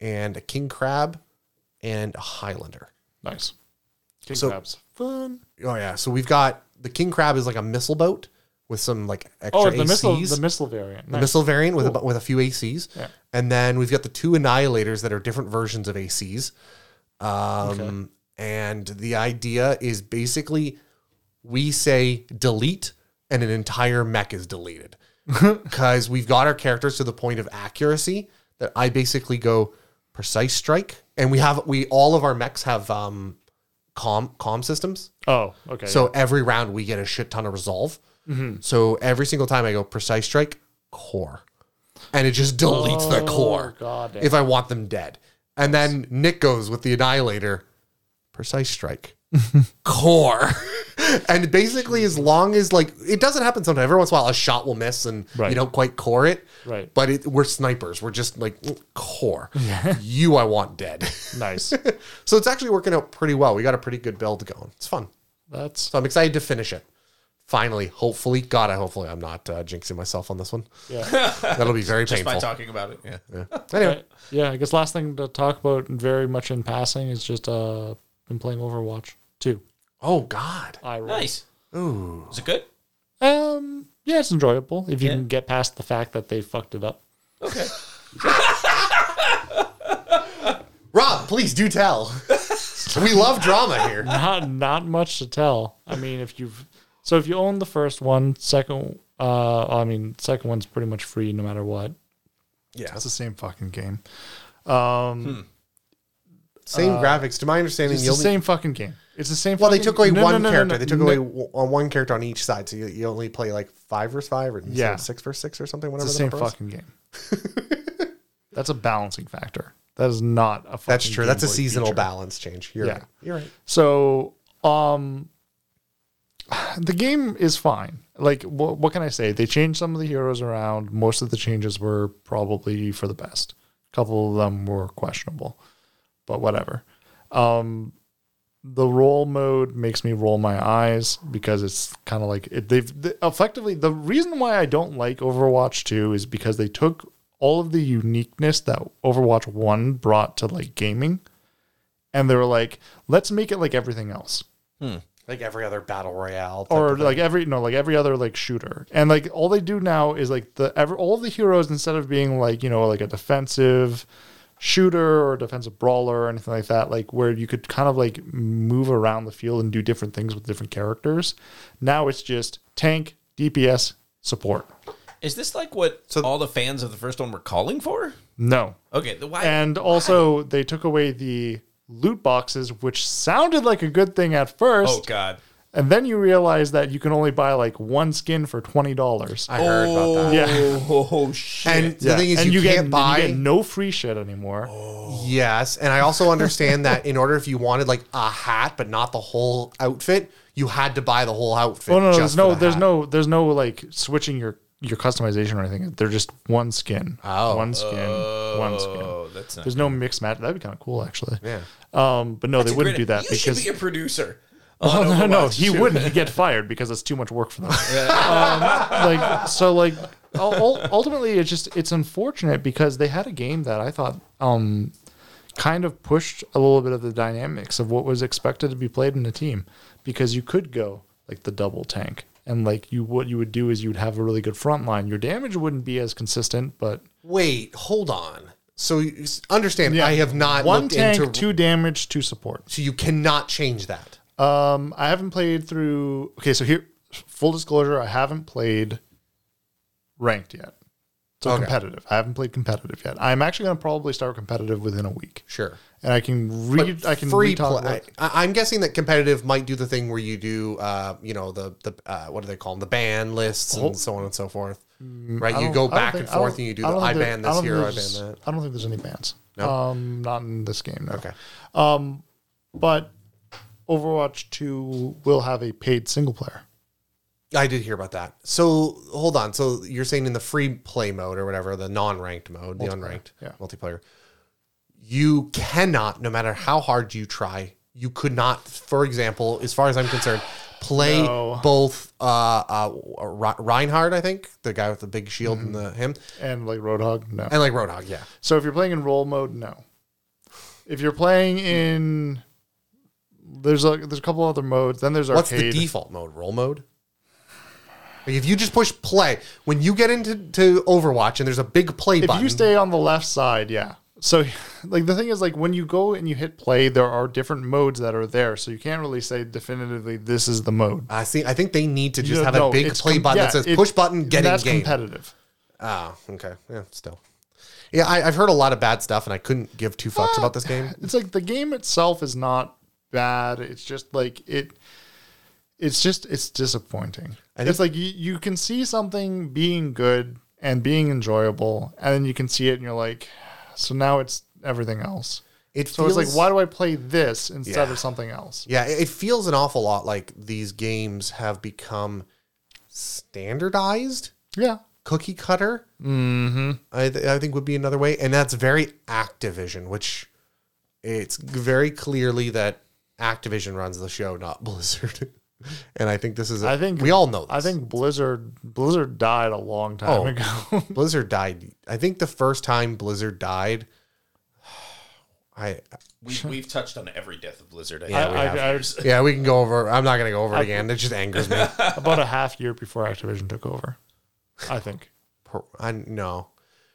Speaker 2: and a king crab, and a highlander.
Speaker 1: nice. King
Speaker 2: So-
Speaker 1: Crab's fun.
Speaker 2: Oh yeah. So we've got the king crab is like a missile boat with some like extra
Speaker 1: Oh, the
Speaker 2: ACs.
Speaker 1: missile, the missile variant.
Speaker 2: the
Speaker 1: Nice.
Speaker 2: missile variant with a, with a few ACs,
Speaker 1: Yeah.
Speaker 2: and then we've got the two annihilators that are different versions of ACs. Um, And the idea is basically we say delete, and an entire mech is
Speaker 1: (laughs)
Speaker 2: deleted because we've got our characters to the point of accuracy that I basically go precise strike, and we have we all of our mechs have um, com com systems.
Speaker 1: Oh, okay.
Speaker 2: So every round we get a shit ton of resolve.
Speaker 1: Mm-hmm.
Speaker 2: So every single time I go precise strike, core. And it just deletes
Speaker 1: Oh.
Speaker 2: the core
Speaker 1: God damn.
Speaker 2: if I want them dead. And then Nick goes with the annihilator, precise
Speaker 1: (laughs)
Speaker 2: strike, core. (laughs) and basically as long as like it doesn't happen sometimes. Every once in a while a shot will miss and
Speaker 1: Right.
Speaker 2: you don't quite core it. (laughs)
Speaker 1: Right.
Speaker 2: But it, we're snipers. We're just like mm, core. you I want dead. (laughs)
Speaker 1: nice.
Speaker 2: so it's actually working out pretty well. We got a pretty good build going. It's fun.
Speaker 1: That's
Speaker 2: So I'm excited to finish it. Finally, hopefully, God, I hopefully I'm not uh, jinxing myself on this one. (laughs)
Speaker 1: yeah.
Speaker 2: That'll be very
Speaker 3: Just by
Speaker 2: painful.
Speaker 3: talking about it. Yeah.
Speaker 2: Anyway,
Speaker 1: yeah, I guess last thing to talk about very much in passing is just uh been playing Overwatch 2.
Speaker 2: oh God,
Speaker 1: I roll.
Speaker 3: Nice. Ooh. Is it good?
Speaker 1: Um yeah, it's enjoyable if you
Speaker 3: Yeah.
Speaker 1: can get past the fact that they fucked it
Speaker 2: (laughs)
Speaker 1: up.
Speaker 3: Okay.
Speaker 2: Rob, please do tell. (laughs) we love drama here.
Speaker 1: not not much to tell. I mean, if you've so if you own the first one, second, uh, I mean, second one's pretty much free no matter what.
Speaker 2: Yeah.
Speaker 1: It's the same fucking game.
Speaker 2: Same graphics. To my understanding,
Speaker 1: Uh, It's
Speaker 2: you
Speaker 1: the
Speaker 2: only
Speaker 1: same fucking game. It's the same.
Speaker 2: Well, they
Speaker 1: fucking-
Speaker 2: took away
Speaker 1: No, no,
Speaker 2: one
Speaker 1: no, no,
Speaker 2: character.
Speaker 1: no,
Speaker 2: they took
Speaker 1: no.
Speaker 2: away w- on one character on each side, so you, you only play like five versus five, or instead
Speaker 1: Yeah.
Speaker 2: of six versus six, or something.
Speaker 1: It's
Speaker 2: Whatever
Speaker 1: the
Speaker 2: the
Speaker 1: same
Speaker 2: number was.
Speaker 1: fucking game. That's a balancing factor. That is not a. Fucking
Speaker 2: That's true. That's a
Speaker 1: Game Boy
Speaker 2: seasonal
Speaker 1: feature.
Speaker 2: balance change. You're
Speaker 1: Yeah.
Speaker 2: right. You're right.
Speaker 1: So, um, the game is fine. Like, wh- what can I say? They changed some of the heroes around. Most of the changes were probably for the best. A couple of them were questionable, but whatever. Um, the roll mode makes me roll my eyes because it's kind of like it, they've th- effectively the reason why I don't like Overwatch 2 is because they took all of the uniqueness that Overwatch 1 brought to like gaming and they were like, let's make it like everything else.
Speaker 2: Like every other battle royale, type
Speaker 1: Or
Speaker 2: of thing.
Speaker 1: like every no, like every other like shooter. And like all they do now is like the ever all the heroes instead of being like, you know, like a defensive shooter or defensive brawler or anything like that, like where you could kind of like move around the field and do different things with different characters. Now it's just tank, DPS, support.
Speaker 3: (laughs) Is this like what
Speaker 2: So-
Speaker 3: all the fans of the first one were calling for?
Speaker 1: No.
Speaker 3: Okay, the why?
Speaker 1: And also they took away the loot boxes, which sounded like a good thing at first.
Speaker 3: oh God,
Speaker 1: And then you realize that you can only buy like one skin for twenty dollars.
Speaker 2: I heard about that.
Speaker 1: Yeah.
Speaker 3: (laughs) Oh, shit!
Speaker 2: And the thing is,
Speaker 1: and
Speaker 2: you,
Speaker 1: you,
Speaker 2: can't
Speaker 1: get,
Speaker 2: buy.
Speaker 1: you get no free shit anymore.
Speaker 3: Oh,
Speaker 2: Yes, and I also understand that in order if you wanted like a hat but not the whole outfit, you had to buy the whole outfit.
Speaker 1: oh no, no, there's
Speaker 2: just for
Speaker 1: no,
Speaker 2: the
Speaker 1: there's
Speaker 2: hat.
Speaker 1: no, there's no like switching your your customization or anything. They're just one skin,
Speaker 2: Oh.
Speaker 1: one skin, one skin.
Speaker 3: oh, that's not.
Speaker 1: There's no mixed match. That'd be kind of cool, actually.
Speaker 2: Yeah.
Speaker 1: Um, but no, they wouldn't do that
Speaker 3: you
Speaker 1: because
Speaker 3: should be a producer.
Speaker 1: (laughs) Oh, no, no, no,
Speaker 3: Overwatch
Speaker 1: he
Speaker 3: 2.
Speaker 1: wouldn't. He'd get fired because it's too much work for (laughs) them. um, like so, like ul- ul- ultimately, it's just it's unfortunate because they had a game that I thought um, kind of pushed a little bit of the dynamics of what was expected to be played in a team because you could go like the double tank and like you what you would do is you would have a really good front line. Your damage wouldn't be as consistent, but
Speaker 2: Wait, hold on. So you s- understand, I have not
Speaker 1: one
Speaker 2: looked
Speaker 1: tank,
Speaker 2: into.
Speaker 1: two damage, two support.
Speaker 2: so you cannot change that.
Speaker 1: Um, I haven't played through. Okay, so here, full disclosure, I haven't played ranked yet. So
Speaker 2: Okay.
Speaker 1: competitive. I haven't played competitive yet. I'm actually going to probably start competitive within a week,
Speaker 2: Sure.
Speaker 1: and I can read. I can
Speaker 2: free
Speaker 1: read talk
Speaker 2: play.
Speaker 1: about-
Speaker 2: I, I'm guessing that competitive might do the thing where you do, uh, you know, the the uh, what do they call them, the ban lists and so on and so forth, right? You
Speaker 1: Oh. Mm, I
Speaker 2: go
Speaker 1: don't
Speaker 2: back
Speaker 1: think-
Speaker 2: and
Speaker 1: I don't-
Speaker 2: forth and you do.
Speaker 1: I
Speaker 2: The,
Speaker 1: don't
Speaker 2: I
Speaker 1: think
Speaker 2: ban
Speaker 1: there-
Speaker 2: this
Speaker 1: don't
Speaker 2: here,
Speaker 1: think
Speaker 2: I ban
Speaker 1: there's-
Speaker 2: that.
Speaker 1: I don't think there's any bans.
Speaker 2: No?
Speaker 1: Um, not in this game. No. Um,
Speaker 2: Okay.
Speaker 1: But Overwatch 2 will have a paid single player.
Speaker 2: I did hear about that. So hold on. So you're saying in the free play mode or whatever, the non-ranked mode, the unranked
Speaker 1: yeah.
Speaker 2: multiplayer, you cannot, no matter how hard you try, you could not, for example, as far as I'm concerned, play
Speaker 1: No.
Speaker 2: both uh, uh, Re- Reinhardt, I think, the guy with the big shield and the him,
Speaker 1: And like Roadhog, no.
Speaker 2: and like Roadhog. Yeah.
Speaker 1: So if you're playing in roll mode, no. If you're playing in there's a there's a couple other modes. Then there's
Speaker 2: What's
Speaker 1: arcade.
Speaker 2: the default mode? Roll mode. Like if you just push play, when you get into to Overwatch and there's a big play
Speaker 1: if
Speaker 2: button,
Speaker 1: you stay on the left side, yeah. So (laughs) like the thing is like when you go and you hit play, there are different modes that are there. So you can't really say definitively this is the mode.
Speaker 2: I see. I think they need to just
Speaker 1: You
Speaker 2: have
Speaker 1: know,
Speaker 2: a big
Speaker 1: it's
Speaker 2: play
Speaker 1: com-
Speaker 2: button
Speaker 1: yeah,
Speaker 2: that says
Speaker 1: it-
Speaker 2: push button, get in
Speaker 1: that's
Speaker 2: game.
Speaker 1: competitive.
Speaker 2: Ah, okay. Yeah, still. Yeah, I, I've heard a lot of bad stuff, and I couldn't give two fucks about this game.
Speaker 1: It's like the game itself is not bad. It's just like it. It's just it's disappointing. it's like you, you can see something being good and being enjoyable, and then you can see it, and you're like, so now it's everything else.
Speaker 2: It
Speaker 1: So
Speaker 2: feels
Speaker 1: it's like, why do I play this instead
Speaker 2: Yeah.
Speaker 1: of something else?
Speaker 2: Yeah, it it feels an awful lot like these games have become standardized,
Speaker 1: Yeah,
Speaker 2: cookie cutter. Mm-hmm. I, th- I think would be another way, and that's very Activision, which it's very clearly that Activision runs the show, not (laughs) Blizzard. and I think this is. I
Speaker 1: I think-
Speaker 2: we all know. This.
Speaker 1: I think Blizzard Blizzard died a long time
Speaker 2: Oh.
Speaker 1: ago.
Speaker 2: Blizzard died. I think the first time Blizzard died, (sighs) I
Speaker 3: We, we've touched on every death of Blizzard.
Speaker 1: (laughs)
Speaker 3: I
Speaker 1: I,
Speaker 3: think.
Speaker 1: I, I,
Speaker 2: yeah, we can go over. I'm not gonna go over it again. It just
Speaker 1: (laughs)
Speaker 2: angers me.
Speaker 1: about a half year before Activision took over, I think.
Speaker 2: Per- I no,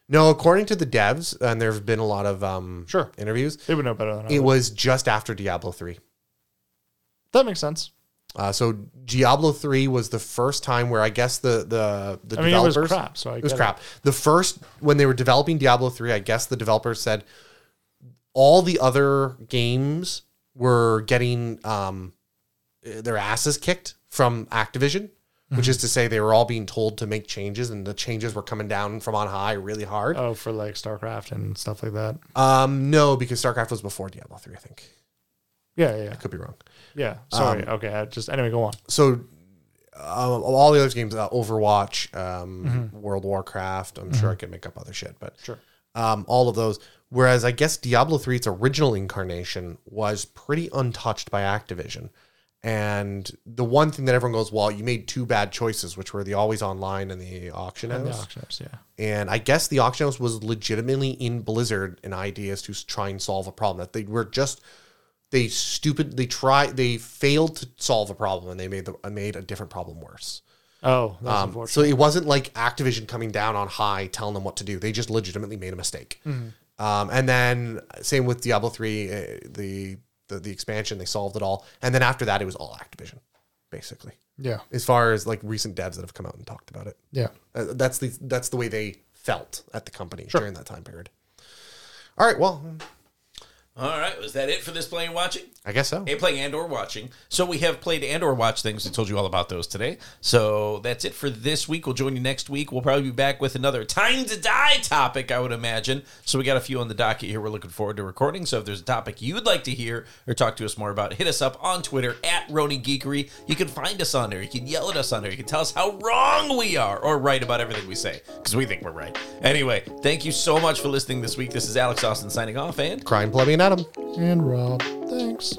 Speaker 2: no. According to the devs, and there have been a lot of um
Speaker 1: Sure.
Speaker 2: interviews.
Speaker 1: They would know better than I.
Speaker 2: It
Speaker 1: would.
Speaker 2: was just after Diablo three.
Speaker 1: That makes sense.
Speaker 2: Uh, so Diablo three was the first time where I guess the the the
Speaker 1: I mean, it was
Speaker 2: developers
Speaker 1: crap, so I
Speaker 2: it was
Speaker 1: get it.
Speaker 2: crap. The first when they were developing Diablo three, I guess the developers said all the other games were getting um, their asses kicked from Activision, which is to say they were all being told to make changes, and the changes were coming down from on high really hard.
Speaker 1: (laughs) Oh, for like StarCraft and stuff like that.
Speaker 2: Um, no, because StarCraft was before Diablo three. I think
Speaker 1: Yeah, yeah,
Speaker 2: I could be wrong.
Speaker 1: yeah. Sorry. okay, I just anyway, go on.
Speaker 2: so um, all the other games, uh, Overwatch, um, World of Warcraft. I'm sure I could make up other shit, but
Speaker 1: Sure.
Speaker 2: um, all of those. Whereas I guess Diablo three, its original incarnation, was pretty untouched by Activision. And the one thing that everyone goes, well, you made two bad choices, which were the always online and the auction house.
Speaker 1: The auctioneers, yeah.
Speaker 2: And I guess the auction house was legitimately in Blizzard an idea is to s- try and solve a problem that they were just they stupid they tried they failed to solve a problem and they made the made a different problem worse.
Speaker 1: Oh, that's
Speaker 2: Um,
Speaker 1: unfortunate.
Speaker 2: so it wasn't like Activision coming down on high telling them what to do. They just legitimately made a mistake. Um, and then same with Diablo three, uh, the, the the expansion they solved it all. And then after that, it was all Activision, basically.
Speaker 1: Yeah,
Speaker 2: As far as like recent devs that have come out and talked about it.
Speaker 1: yeah.
Speaker 2: Uh, that's the that's the way they felt at the company during that time period. All right, well,
Speaker 3: All right, was that it for this playing watching?
Speaker 2: I guess so.
Speaker 3: And playing and or watching. So we have played and or watched things. I told you all about those today. So that's it for this week. We'll join you next week. We'll probably be back with another time to die topic, I would imagine. So we got a few on the docket here. We're looking forward to recording. So if there's a topic you'd like to hear or talk to us more about, hit us up on Twitter at Rony Geekery. You can find us on there. You can yell at us on there. You can tell us how wrong we are or right about everything we say because we think we're right. Anyway, thank you so much for listening this week. This is Alex Austin signing off and.
Speaker 2: Crime, Plummy, and Adam.
Speaker 1: And Rob, thanks.